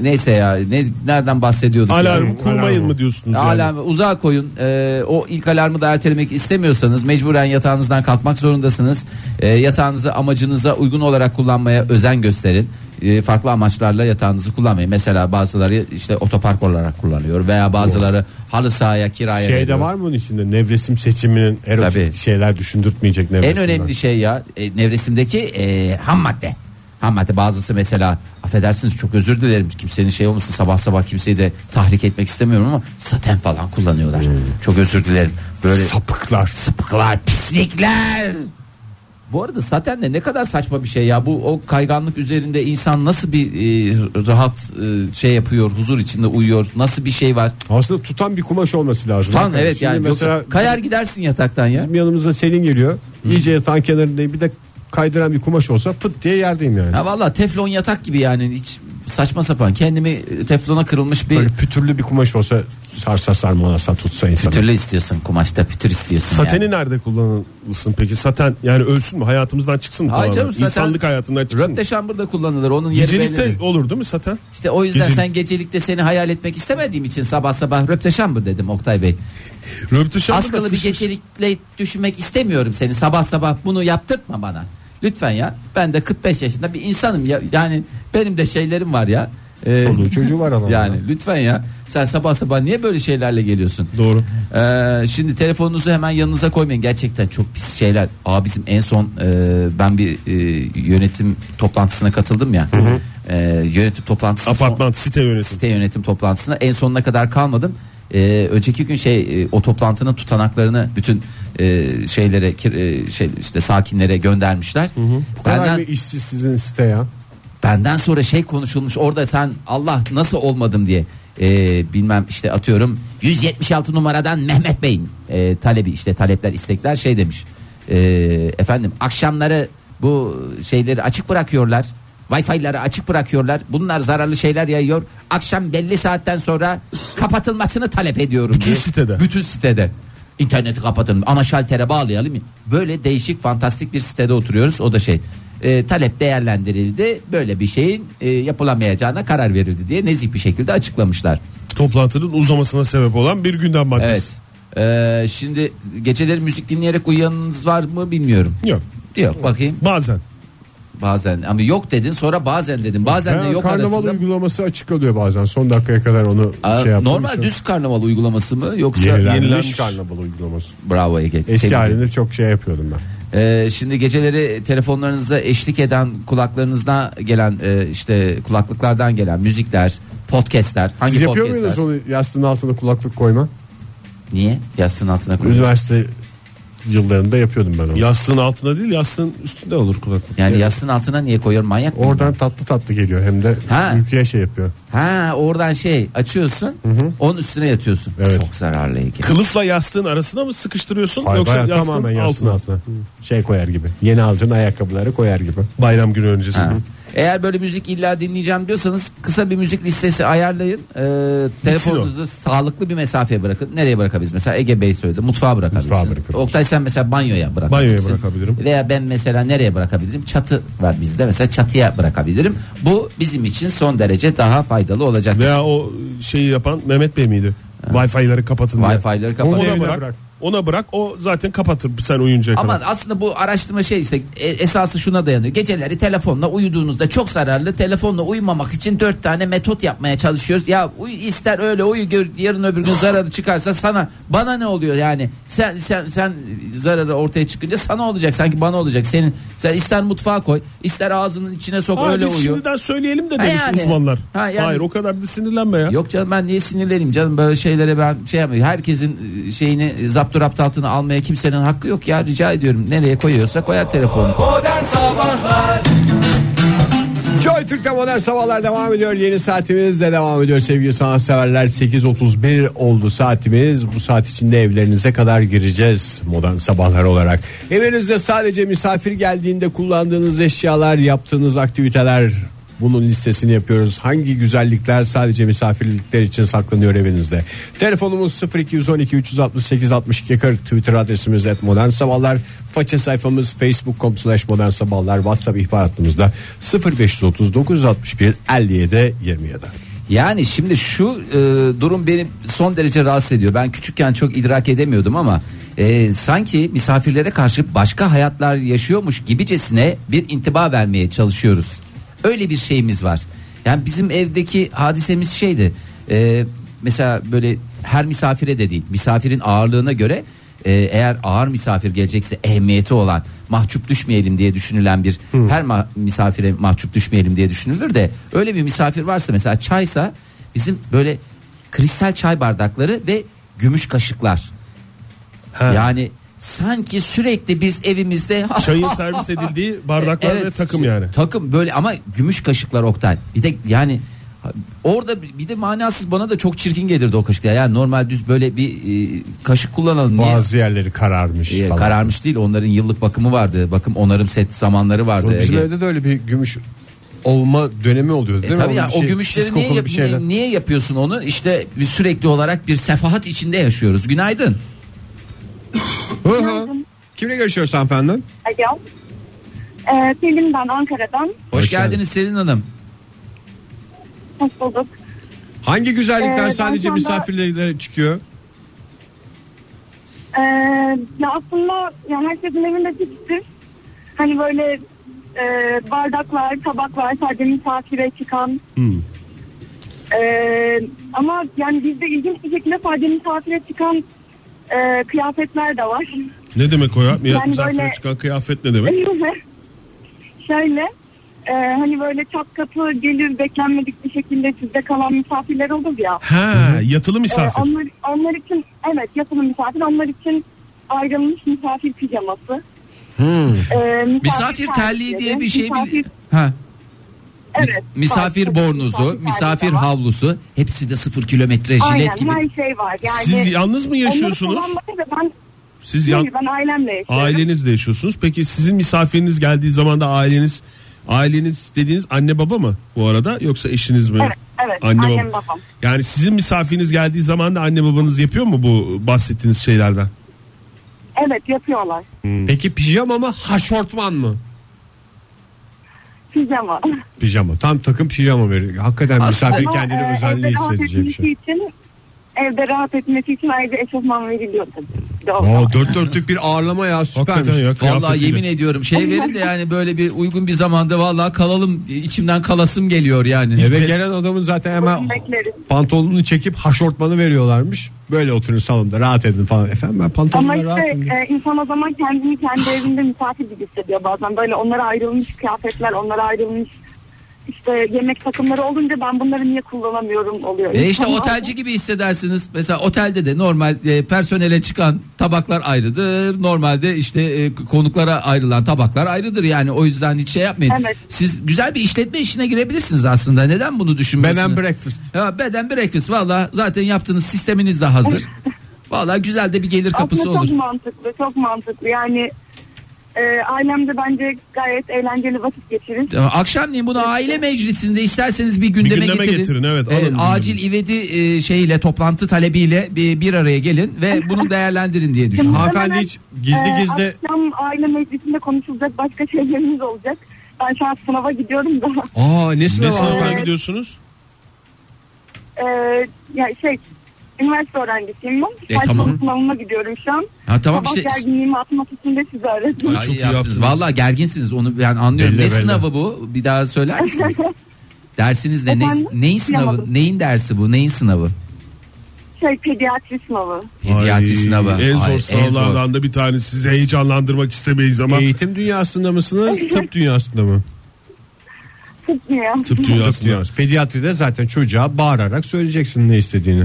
e, neyse ya ne, nereden bahsediyorduk? ya? Alarm kurmayın Alarm. mı diyorsunuz? yani? Alarmı uzağa koyun. Ee, o ilk alarmı da ertelemek istemiyorsanız mecburen yatağınızdan kalkmak zorundasınız. Ee, yatağınızı amacınıza uygun olarak kullanmaya özen gösterin. Ee, farklı amaçlarla yatağınızı kullanmayın. Mesela bazıları işte otopark olarak kullanıyor veya bazıları halı sahaya kiraya Şey veriyor. de var mı onun içinde nevresim seçiminin erotik Tabii. şeyler düşündürtmeyecek nevresimler. En önemli şey ya e, nevresimdeki e, ham madde. Ham madde bazısı mesela affedersiniz çok özür dilerim kimsenin şey olmasın sabah sabah kimseyi de tahrik etmek istemiyorum ama saten falan kullanıyorlar. Çok özür dilerim. Böyle sapıklar. Sapıklar, pislikler. Bu arada zaten de ne kadar saçma bir şey ya. Bu o kayganlık üzerinde insan nasıl bir e, rahat e, şey yapıyor, huzur içinde uyuyor. Nasıl bir şey var? Aslında tutan bir kumaş olması lazım. Tan Bakın, evet şimdi yani mesela yoksa kayar gidersin yataktan ya. bizim yanımıza senin geliyor. İyice yatağın kenarında bir de kaydıran bir kumaş olsa fıt diye yerdeyim yani. Ha valla teflon yatak gibi yani hiç saçma sapan kendimi e, teflona kırılmış bir Böyle pütürlü bir kumaş olsa sarsa sarmalasa tutsa insanı. pütürlü istiyorsun kumaşta pütür istiyorsun. Sateni yani. nerede kullanılsın peki? Saten yani ölsün mü? Hayatımızdan çıksın mı? Hayır tamamen? canım, saten- İnsanlık hayatından çıksın. mı? Röpteşambur da kullanılır onun yeri belli. Gecelikte olur değil mi saten? İşte o yüzden Gecelik. sen gecelikte seni hayal etmek istemediğim için sabah sabah röpteşambur dedim Oktay Bey. Röptuşan Askılı bir gecelikle düşünmek istemiyorum seni. Sabah sabah bunu yaptırtma bana. Lütfen ya. Ben de 45 yaşında bir insanım ya. Yani benim de şeylerim var ya. Ee, Çoluğu çocuğu var adamın. yani lütfen ya. Sen sabah sabah niye böyle şeylerle geliyorsun? Doğru. Ee, şimdi telefonunuzu hemen yanınıza koymayın. Gerçekten çok pis şeyler. Aa bizim en son e, ben bir e, yönetim toplantısına katıldım ya. E, yönetim toplantısı Apartman, site yönetimi. site yönetim toplantısına en sonuna kadar kalmadım. Ee, önceki gün şey e, o toplantının tutanaklarını bütün e, şeylere kir- e, şey işte sakinlere göndermişler. Bu kadar Benden bir işsiz sizin site ya. benden sonra şey konuşulmuş orada sen Allah nasıl olmadım diye Ee, bilmem işte atıyorum 176 numaradan Mehmet Bey'in e, talebi işte talepler istekler şey demiş. Ee, efendim akşamları bu şeyleri açık bırakıyorlar. Wi-Fi'ları açık bırakıyorlar. Bunlar zararlı şeyler yayıyor. Akşam belli saatten sonra kapatılmasını talep ediyorum Bütün diye. sitede. Bütün sitede. İnterneti kapatın ama şaltere bağlayalım. Böyle değişik fantastik bir sitede oturuyoruz. O da şey e, talep değerlendirildi. Böyle bir şeyin e, yapılamayacağına karar verildi diye nezih bir şekilde açıklamışlar. Toplantının uzamasına sebep olan bir gündem maddesi. Evet. Ee, şimdi geceleri müzik dinleyerek uyuyanınız var mı bilmiyorum. Yok. Yok bakayım. Bazen. Bazen ama yok dedin sonra bazen dedim. Bazen de Ha, yok karnaval arasında. uygulaması açık kalıyor bazen. Son dakikaya kadar onu Aa, şey yaptım. normal düz karnaval uygulaması mı yoksa yenilenmiş, yenilenmiş. karnaval uygulaması. bravo Ege. Eski Tebrik. halinde çok şey yapıyordum ben. Ee, şimdi geceleri telefonlarınıza eşlik eden kulaklarınızdan gelen e, işte kulaklıklardan gelen müzikler, podcastler. Hangi Siz yapıyor podcastler? muydunuz onu yastığın altına kulaklık koyma? Niye? Yastığın altına koyuyor. Üniversite yıllarında yapıyordum ben onu. Yastığın altına değil yastığın üstünde olur kulaklık. Yani yastığın altına niye koyuyorum manyak mı? Oradan tatlı tatlı geliyor hem de Ha. uykuya şey yapıyor. Ha oradan şey açıyorsun onun üstüne yatıyorsun. Evet. Çok zararlı Ege. Kılıfla yastığın arasına mı sıkıştırıyorsun Hayır, yoksa bayağı yastığın tamamen yastığın altına? altına. Şey koyar gibi. Yeni aldığın ayakkabıları koyar gibi. Bayram günü öncesi. Ha. Eğer böyle müzik illa dinleyeceğim diyorsanız kısa bir müzik listesi ayarlayın. Ee, telefonunuzu sağlıklı bir mesafeye bırakın. Nereye bırakabiliriz? Mesela Ege Bey söyledi. Mutfağa bırakabilirsin. Mutfağa bırakabiliriz. Oktay sen mesela banyoya bırakabilirsin. Banyoya bırakabilirim. Veya ben mesela nereye bırakabilirim? Çatı var bizde. Mesela çatıya bırakabilirim. Bu bizim için son derece daha faydalı olacak. Veya o şeyi yapan Mehmet Bey miydi? Wi-Fi'leri kapatın diye. Wi-Fi'leri kapat. Onu Ona evine bırak. bırak. Ona bırak. O zaten kapatır sen uyuyuncaya kadar. Ama aslında bu araştırma şey işte e, esası şuna dayanıyor. Geceleri telefonla uyuduğunuzda çok zararlı. Telefonla uyumamak için dört tane metot yapmaya çalışıyoruz. Ya uyu ister öyle uyu gör, yarın öbür gün zararı çıkarsa sana bana ne oluyor yani? Sen sen sen zararı ortaya çıkınca sana olacak sanki bana olacak. Senin sen ister mutfağa koy, ister ağzının içine sok Aa, öyle biz uyu. şimdiden söyleyelim de Ha demiş yani. uzmanlar. Ha yani. Hayır o kadar da sinirlenme ya. Yok canım ben niye sinirleneyim canım böyle şeylere ben şey yapmıyorum. Herkesin e, şeyini e, zapturapt altına almaya kimsenin hakkı yok ya rica ediyorum. Nereye koyuyorsa koyar telefonu. Modern Sabahlar Joy Türk'te modern sabahlar devam ediyor. Yeni saatimiz de devam ediyor sevgili sanatseverler. 8.31 oldu saatimiz. Bu saat içinde evlerinize kadar gireceğiz modern sabahlar olarak. Evinizde sadece misafir geldiğinde kullandığınız eşyalar, yaptığınız aktiviteler bunun listesini yapıyoruz. Hangi güzellikler sadece misafirlikler için saklanıyor evinizde? Telefonumuz 0212 368 62 40 Twitter adresimiz et modern sabahlar. Faça sayfamız facebook.com slash modern sabahlar. Whatsapp ihbar hattımızda 0530 961 57 27. Yani şimdi şu e, durum beni son derece rahatsız ediyor. Ben küçükken çok idrak edemiyordum ama e, sanki misafirlere karşı başka hayatlar yaşıyormuş gibicesine bir intiba vermeye çalışıyoruz. Öyle bir şeyimiz var. Yani bizim evdeki hadisemiz şeydi. E, mesela böyle her misafire de değil, misafirin ağırlığına göre e, eğer ağır misafir gelecekse ehemmiyeti olan mahcup düşmeyelim diye düşünülen bir her ma- misafire mahcup düşmeyelim diye düşünülür de öyle bir misafir varsa mesela çaysa bizim böyle kristal çay bardakları ve gümüş kaşıklar. Yani sanki sürekli biz evimizde Çayın servis edildiği bardaklar ve takım yani. Takım böyle ama gümüş kaşıklar Oktay. Bir de yani ha- orada bir bir de manasız bana da çok çirkin gelirdi o kaşıklar. Yani normal düz böyle bir e, kaşık kullanalım. Niye? Bazı yerleri kararmış E, falan. kararmış değil onların yıllık bakımı vardı. Bakım onarım set zamanları vardı. Bizim Ege. evde de öyle bir şey gümüş olma dönemi oluyor E değil mi? tabii Onun ya bir o şey, gümüşleri pis niye, kokulu yap- bir şeyler. niye yapıyorsun onu? İşte biz sürekli olarak bir sefahat içinde yaşıyoruz. Günaydın. Hı hı. Kimle görüşüyoruz hanımefendi? Alo. Ee, Pelin ben Ankara'dan. Hoş, geldiniz Hoş geldiniz. Selin Hanım. Hoş bulduk. Hangi Ee, güzellikler ben sadece şu anda- misafirlere çıkıyor? Ee, ya aslında ya herkesin evinde tiptir. Hani böyle e, bardaklar, tabaklar sadece misafire çıkan. Ee, ama yani bizde ilginç bir şekilde sadece misafire çıkan e, kıyafetler de var. Ne demek o ya? Yani Misafire böyle- Ee, çıkan kıyafet ne demek? Hani Şöyle e, hani böyle çat kapı gelir beklenmedik bir şekilde sizde kalan misafirler olur ya. Ha, e, yatılı Ee, misafir. onlar, onlar için evet yatılı misafir onlar için ayrılmış misafir pijaması. Hmm. Ee, Misafir terliği diye bir şey misafir- mi? Ha. Evet. Misafir farklı bornozu, terliği misafir de var. havlusu hepsi de sıfır kilometre Aynen jilet gibi. her şey var. Yani Siz yalnız mı onları yaşıyorsunuz? kullanmayı da Ben, Siz hayır, yan... ben ailemle yaşıyorum. ailenizle yaşıyorsunuz. Peki sizin misafiriniz geldiği zaman da aileniz aileniz dediğiniz anne baba mı bu arada yoksa eşiniz mi? Evet, evet, annem, babam. Yani sizin misafiriniz geldiği zaman da anne babanız yapıyor mu bu bahsettiğiniz şeylerden? Evet yapıyorlar. Peki pijama mı haşortman mı? Pijama. Pijama. Tam takım pijama veriyor. Hakikaten misafir kendini e, özenli evde rahat hissedecek bir etmesi şey. için evde rahat etmesi için ayrıca eşofman veriliyor tabii. Doğru. Oo, dört dörtlük bir ağırlama ya süpermiş. Hakikaten ya, Vallahi kıyafetiyle. yemin ediyorum şey verin de yani böyle bir uygun bir zamanda vallahi kalalım içimden kalasım geliyor yani. Eve gelen adamın zaten hemen Bekleriz. pantolonunu çekip haşortmanı veriyorlarmış. Böyle oturun salonda rahat edin falan. Efendim ben Ama pantolonla işte rahatım. e, insan o zaman kendini kendi evinde misafir gibi hissediyor bazen. Böyle onlara ayrılmış kıyafetler, onlara ayrılmış işte yemek takımları olunca ben bunları niye kullanamıyorum oluyor. E işte İnsan- otelci gibi hissedersiniz. Mesela otelde de normal e, personele çıkan tabaklar ayrıdır. Normalde işte e, konuklara ayrılan tabaklar ayrıdır. Yani o yüzden hiç şey yapmayın. Evet. Siz güzel bir işletme işine girebilirsiniz aslında. Neden bunu Bed düşünmüyorsunuz? and breakfast. Ya bed and breakfast valla zaten yaptığınız sisteminiz de hazır. Valla güzel de bir gelir kapısı Aslında olur. çok mantıklı, çok mantıklı. Yani e, ailemde bence gayet eğlenceli vakit geçiririz. Tamam, E, Akşamleyin bunu aile meclisinde isterseniz bir gündeme, gündeme getirin, evet, alın gündemini. acil ivedi e, şeyle toplantı talebiyle bir, bir araya gelin ve bunu değerlendirin diye düşünüyorum. Hanımefendi hiç gizli E, gizli Akşam aile meclisinde konuşulacak başka şeylerimiz olacak. Ben şu an sınava gidiyorum da. Aa ne Ne sınavı sınavına hanımefendi? gidiyorsunuz? E, ya şey, üniversite öğrencisiyim ben. E, Felsefe tamam. sınavıma gidiyorum şu an. Ha tamam Sabah işte. gerginliğimi atmak için de sizi aradım. Ay, çok iyi yaptınız. Vallahi gerginsiniz onu ben anlıyorum. Belli, ne belli. sınavı bu? Bir daha söyler misiniz? Dersiniz ne? Ne- Efendim? neyin sınavı? Duyamadım. Neyin dersi bu? Neyin sınavı? şey pediatri sınavı. Pediatri Ay, sınavı. En zor Ay, sınavlardan da bir tanesi. Sizi heyecanlandırmak istemeyiz ama Eğitim dünyasında mısınız? tıp dünyasında mı? Tıp niye? tıp Tıp dünyasında. dünyası. Pediatride zaten çocuğa bağırarak söyleyeceksin ne istediğini.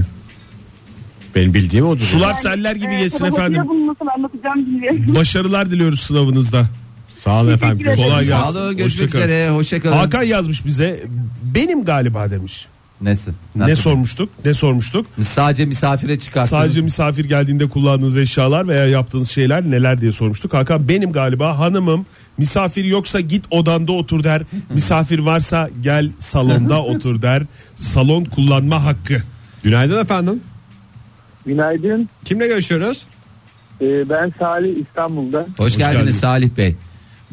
Benim bildiğim odur. Sular Yani. seller gibi geçsin terapiye efendim. bunu nasıl e, anlatacağım bilmiyorum. Başarılar diliyoruz sınavınızda. Sağ olun efendim. Teşekkür Kolay ederim. gelsin. Sağ olun görüşmek Hoşça kalın. üzere. Hoşçakalın. Hakan yazmış bize. Benim galiba demiş. Nesi? Ne Nasıl? sormuştuk? Ne sormuştuk? Sadece misafire çıkarttınız. Sadece misafir geldiğinde kullandığınız eşyalar veya yaptığınız şeyler neler diye sormuştuk. Hakan benim galiba hanımım misafir yoksa git odanda otur der. Misafir varsa gel salonda otur der. Salon kullanma hakkı. Günaydın efendim. Günaydın. Kimle görüşüyoruz? Ee, ben Salih İstanbul'da. Hoş, Hoş geldiniz, geldiniz. Salih Bey.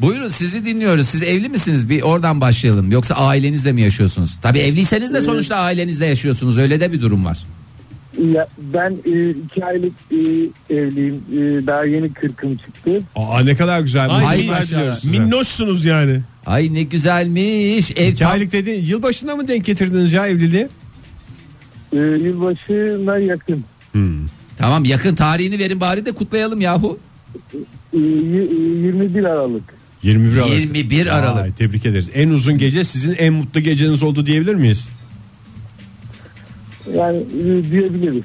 Buyurun sizi dinliyoruz. Siz evli misiniz? Bir oradan başlayalım. Yoksa ailenizle mi yaşıyorsunuz? Tabii evliyseniz de sonuçta ailenizle yaşıyorsunuz. Öyle de bir durum var. Ya, ben e, iki aylık e, evliyim. E, daha yeni kırkım çıktı. Aa ne kadar güzel. Ay, Ay, maşallah. diliyoruz size. Minnoşsunuz yani. Ay ne güzelmiş. Ev İki aylık dediğin yılbaşına mı denk getirdiniz ya evliliği? E, yılbaşına yakın. Tamam yakın tarihini verin bari de kutlayalım yahu. E, y- e, 21 Aralık. 21 Aralık. 21 Aralık. Vay, tebrik ederiz. En uzun gece sizin en mutlu geceniz oldu diyebilir miyiz? Yani e, diyebiliriz.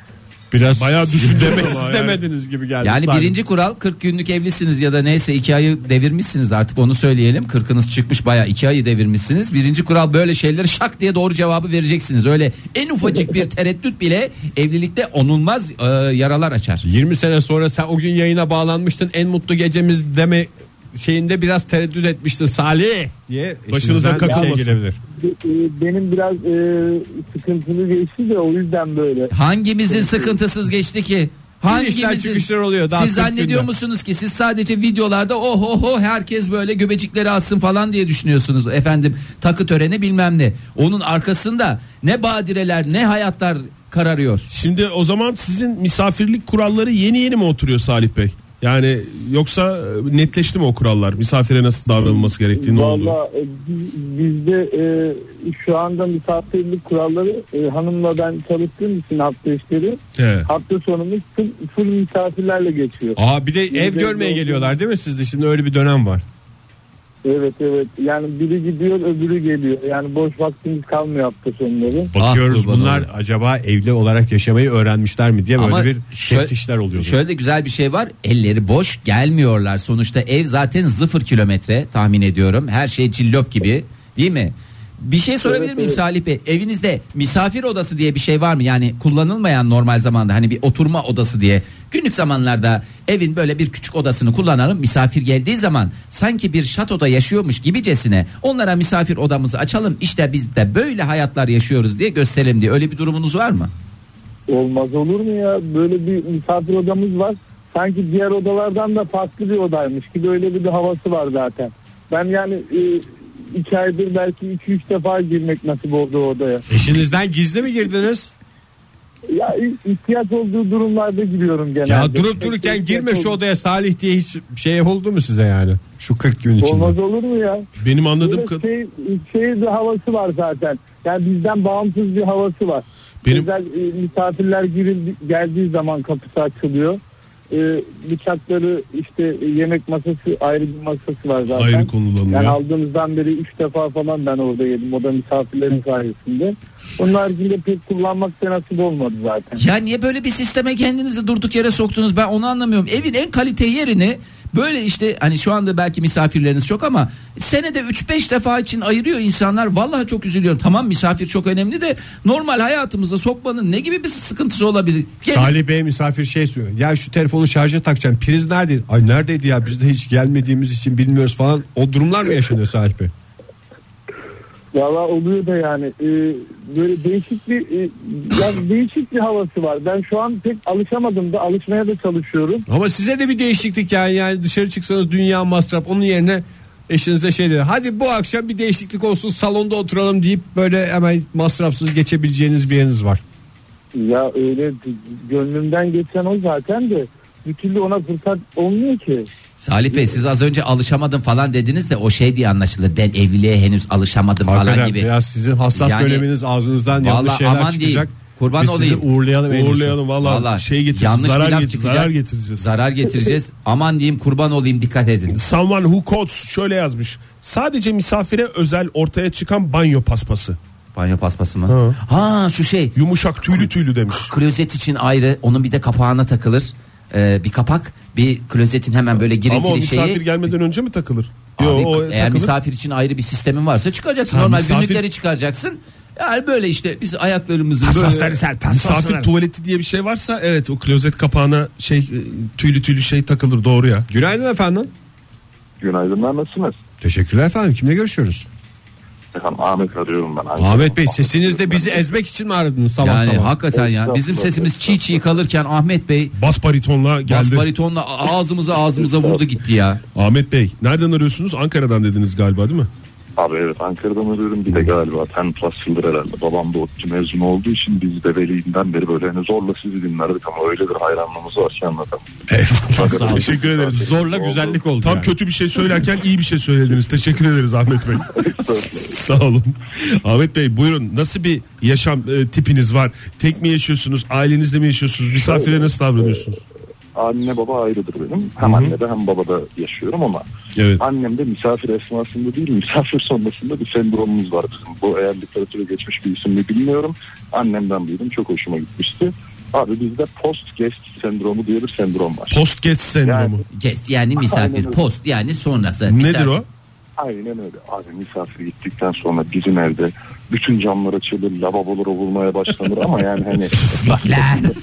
Biraz Bayağı düşündüm ama yani. istemediniz gibi geldi. Yani Sadece. birinci kural 40 günlük evlisiniz ya da neyse iki ayı devirmişsiniz artık onu söyleyelim. 40'ınız çıkmış baya iki ayı devirmişsiniz. Birinci kural böyle şeyleri şak diye doğru cevabı vereceksiniz. Öyle en ufacık bir tereddüt bile evlilikte onulmaz e, yaralar açar. 20 sene sonra sen o gün yayına bağlanmıştın. En mutlu gecemiz deme şeyinde biraz tereddüt etmiştin Salih diye. Başınıza eşinizden bir şey kakılmasın. gelebilir. E, e, benim biraz e, sıkıntılı geçti de o yüzden böyle. Hangimizin sıkıntısız geçti ki? İnişler çıkışlar oluyor daha siz 40 zannediyor günden. musunuz ki siz sadece videolarda oh oh oh herkes böyle göbecikleri atsın falan diye düşünüyorsunuz efendim takı töreni bilmem ne. Onun arkasında ne badireler ne hayatlar kararıyor. Şimdi o zaman sizin misafirlik kuralları yeni yeni mi oturuyor Salih Bey? Yani yoksa e, netleşti mi o kurallar? Misafire nasıl davranılması gerektiği ne oldu? Valla e, bi- bizde e, şu anda misafirlik kuralları e, hanımla ben çalıştığım için hafta işleri He. hafta sonumuz full, full misafirlerle geçiyor. Aa bir de ev görmeye geliyorlar değil mi sizde? Şimdi öyle bir dönem var. Evet evet yani biri gidiyor öbürü geliyor yani boş vaktimiz kalmıyor hafta sonları. Ah, Bakıyoruz kurban bunlar olayım. acaba evli olarak yaşamayı öğrenmişler mi diye böyle Ama bir şöyle- teftişler oluyor. Şöyle de güzel bir şey var. Elleri boş gelmiyorlar. Sonuçta ev zaten sıfır kilometre tahmin ediyorum. Her şey cillop gibi değil mi? Bir şey sorabilir Evet, miyim evet. Salih Bey? Evinizde misafir odası diye bir şey var mı? Yani kullanılmayan normal zamanda hani bir oturma odası diye. Günlük zamanlarda evin böyle bir küçük odasını kullanalım. Misafir geldiği zaman sanki bir şatoda yaşıyormuş gibicesine onlara misafir odamızı açalım. İşte biz de böyle hayatlar yaşıyoruz diye gösterelim diye. Öyle bir durumunuz var mı? Olmaz olur mu ya böyle bir misafir odamız var sanki diğer odalardan da farklı bir odaymış gibi öyle bir de havası var zaten. Ben yani e, iki aydır belki 2-3 defa girmek nasip oldu o odaya. Eşinizden gizli mi girdiniz? Ya i- ihtiyaç olduğu durumlarda giriyorum genelde. Ya durup dururken girme şu odaya Salih diye hiç şey oldu mu size yani? Şu 40 gün içinde. Olmaz olur mu ya? Benim anladığım Böyle kad- şey, şey bir havası var zaten. Yani bizden bağımsız bir havası var. Benim- Özel e, misafirler girildi, geldiği zaman kapısı açılıyor. E, bıçakları işte e, yemek masası ayrı bir masası var zaten. ayrı konulanıyor. Yani aldığımızdan beri 3 defa falan ben orada yedim. O da misafirlerin sayesinde. Onun haricinde pek kullanmak da nasip olmadı zaten. Ya niye böyle bir sisteme kendinizi durduk yere soktunuz ben onu anlamıyorum. Evin en kalite yerini böyle işte hani şu anda belki misafirleriniz çok ama senede 3-5 defa için ayırıyor insanlar. Vallahi çok üzülüyorum. Tamam misafir çok önemli de normal hayatımıza sokmanın ne gibi bir sıkıntısı olabilir? Gelin- Salih Bey misafir şey söylüyor. Ya şu telefonu şarja takacağım. Priz neredeydi? Ay neredeydi ya? Biz de hiç gelmediğimiz için bilmiyoruz falan. O durumlar mı yaşanıyor Salih Bey? Valla oluyor da yani e, böyle değişik bir e, yani değişik bir havası var. Ben şu an pek alışamadım da alışmaya da çalışıyorum. Ama size de bir değişiklik yani. Yani dışarı çıksanız dünya masraf. Onun yerine eşinize şey dedi. Hadi bu akşam bir değişiklik olsun salonda oturalım deyip böyle hemen masrafsız geçebileceğiniz bir yeriniz var. Ya öyle gönlümden geçen o zaten de bir türlü ona fırsat olmuyor ki. Salih Bey siz az önce alışamadım falan dediniz de o şey diye anlaşılır. Ben evliliğe henüz alışamadım Hakikaten falan gibi. biraz sizin hassas Yani- döneminiz ağzınızdan yanlış Vallahi şeyler aman çıkacak. diyeyim, kurban Biz sizi olayım. uğurlayalım. en iyisi. Uğurlayalım valla. Vallahi şey getireceğiz. yanlış bir Zarar, laf getir- çıkacak. zarar getireceğiz. Zarar getireceğiz. Aman diyeyim kurban olayım dikkat edin. Someone who quotes şöyle yazmış. Sadece misafire özel ortaya çıkan banyo paspası. Banyo paspası mı? Ha şu şey. Yumuşak tüylü tüylü demiş. klozet için ayrı onun bir de kapağına takılır Ee, bir kapak bir klozetin hemen böyle Ama o girintili misafir şeyi gelmeden önce mi takılır? Abi, Yo, o eğer takılır. misafir için ayrı bir sistemin varsa çıkaracaksın Ha, normal misafir- günlükleri çıkaracaksın yani böyle işte biz ayaklarımızı böyle Böyle- misafir tuvaleti diye bir şey varsa evet o klozet kapağına şey e, tüylü tüylü şey takılır doğru ya. Günaydın efendim. Günaydınlar nasılsınız? Teşekkürler efendim. Kimle görüşüyoruz? Efendim Ahmet arıyorum ben. Ahmet Bey sesinizle bizi ezmek için mi aradınız sabah yani sabah? hakikaten ya bizim sesimiz çiğ çiğ kalırken Ahmet Bey Bas baritonla geldi. bas baritonla a- ağzımıza ağzımıza vurdu gitti ya Ahmet Bey nereden arıyorsunuz? Ankara'dan dediniz galiba değil mi? Abi evet Ankara'dan arıyorum bir de galiba 10 plus yıldır herhalde. Babam da otçu mezunu olduğu için biz de veliğinden beri böyle hani zorla sizi dinlerdik ama öyledir hayranlığımız var ki anlatamam. Sağ olun. Teşekkür ederiz. Zorla güzellik oldu. Tam yani. kötü bir şey söylerken iyi bir şey söylediniz. Teşekkür ederiz Ahmet Bey. Sağ olun. Ahmet Bey buyurun nasıl bir yaşam e, tipiniz var? Tek mi yaşıyorsunuz? Ailenizle mi yaşıyorsunuz? Misafire nasıl davranıyorsunuz? Anne baba ayrıdır benim. Hem annede hem babada yaşıyorum ama Evet. annem de misafir esnasında değil misafir sonrasında bir sendromumuz var bizim. Bu eğer literatüre geçmiş bir isim mi bilmiyorum. Annemden duydum çok hoşuma gitmişti. Abi bizde post guest sendromu diye bir sendrom var. Post guest sendromu. Guest yani Aynen misafir öyle. post yani sonrası Nedir Misafir- o? Aynen öyle. Abi misafir gittikten sonra bizim evde bütün camlar açılır, lavabolara vurmaya başlanır ama yani hani Lan.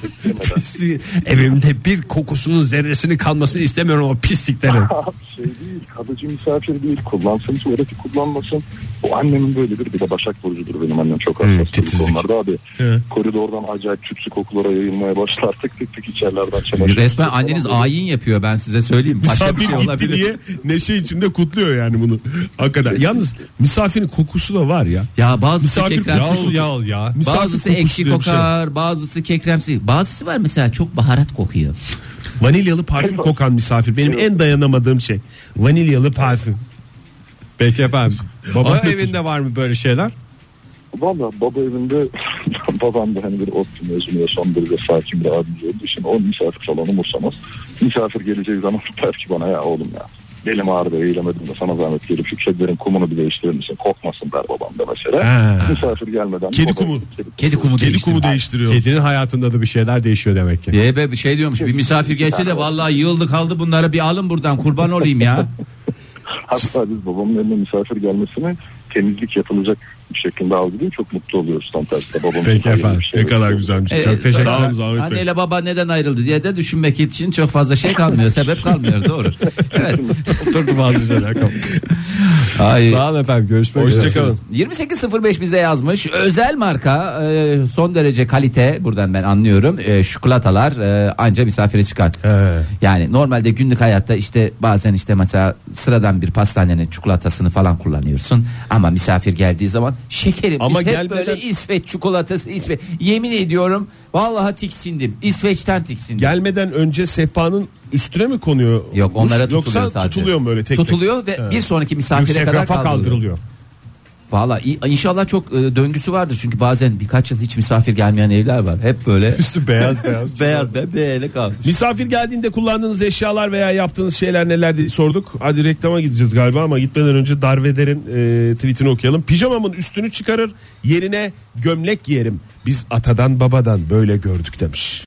Pisliği- Evimde bir kokusunun zerresini kalmasını istemiyorum o pisliklerin. abi şey değil, kalıcı misafir değil, kullansın tuvaleti kullanmasın. O annemin böyle bir, bir de başak vurucudur benim annem çok hassas bu titizlik. konularda abi. Evet. Koridordan acayip tütsü kokulara yayılmaya başlar tık tık tık içerilerden çamaşır. resmen falan anneniz böyle. ayin yapıyor ben size söyleyeyim başka Misafir bir şey gitti olabilir diye neşe içinde kutluyor yani bunu. Hakikaten. Yalnız misafirin kokusu da var ya. ya bazı Misafir yağlı kekremsiz Yal ya. Misafir Bazısı kokusu ekşi diye bir şey. kokar, bazısı kekremsi. Bazısı var mesela çok baharat kokuyor. Vanilyalı parfüm kokan misafir. Benim en dayanamadığım şey. Vanilyalı parfüm. Peki efendim. Baba Ahmet evinde var mı böyle şeyler? Valla baba evinde babam da hani bir otlu mezunu yaşam bir de sakin bir abimiz olduğu için o misafir salonu umursamaz. Misafir geleceği zaman der ki bana ya oğlum ya belim ağrıdı eğilemedim de sana zahmet gelip şu kedilerin kumunu bir değiştirir misin kokmasın der babam da mesela. Ha. Misafir gelmeden. Kedi baba- kumu. Kedi kumu Kedi değişti. kumu değiştiriyor. Kedinin hayatında da bir şeyler değişiyor demek ki. Ee, be, bir şey diyormuş bir misafir gelse de vallahi yığıldı kaldı bunlara bir alın buradan kurban olayım ya. Hatta biz babamın evine misafir gelmesini temizlik yapılacak bir şekilde algılıyor. Çok mutlu oluyoruz tam tersine. Babamın şey Peki efendim. Ne kadar güzelmiş. Ee, Çok teşekkür sonra ederim Ahmet Bey. Anneyle baba neden ayrıldı diye de düşünmek için çok fazla şey kalmıyor. sebep kalmıyor doğru. Evet. Oturdu bazı şeyler. Ay. Sağ olun efendim görüşmek üzere. Hoşçakalın. 28.05 bize yazmış. Özel marka e, son derece kalite buradan ben anlıyorum. E, şokolatalar e, anca misafire çıkar. Yani normalde günlük hayatta işte bazen işte mesela sıradan bir pastanenin çikolatasını falan kullanıyorsun. Ama misafir geldiği zaman şekerim Ama biz hep gelmeden- böyle İsveç çikolatası İsveç. Yemin ediyorum vallahi tiksindim. İsveç'ten tiksindim. Gelmeden önce sehpanın üstüne mi konuyor? Yok onlara tutuluyor Yoksa sadece. tutuluyor mu öyle tek Tutuluyor ve bir sonraki misafire Yüksek kadar rafa kaldırılıyor. kaldırılıyor. Valla i- inşallah çok e, döngüsü vardır çünkü bazen birkaç yıl hiç misafir gelmeyen evler var. Hep böyle Üstü beyaz beyaz. beyaz be böyle kalmış. Misafir geldiğinde kullandığınız eşyalar veya yaptığınız şeyler neler diye sorduk. Hadi reklama gideceğiz galiba ama gitmeden önce Darveder'in e, tweetini okuyalım. Pijamamın üstünü çıkarır yerine gömlek giyerim. Biz atadan babadan böyle gördük demiş.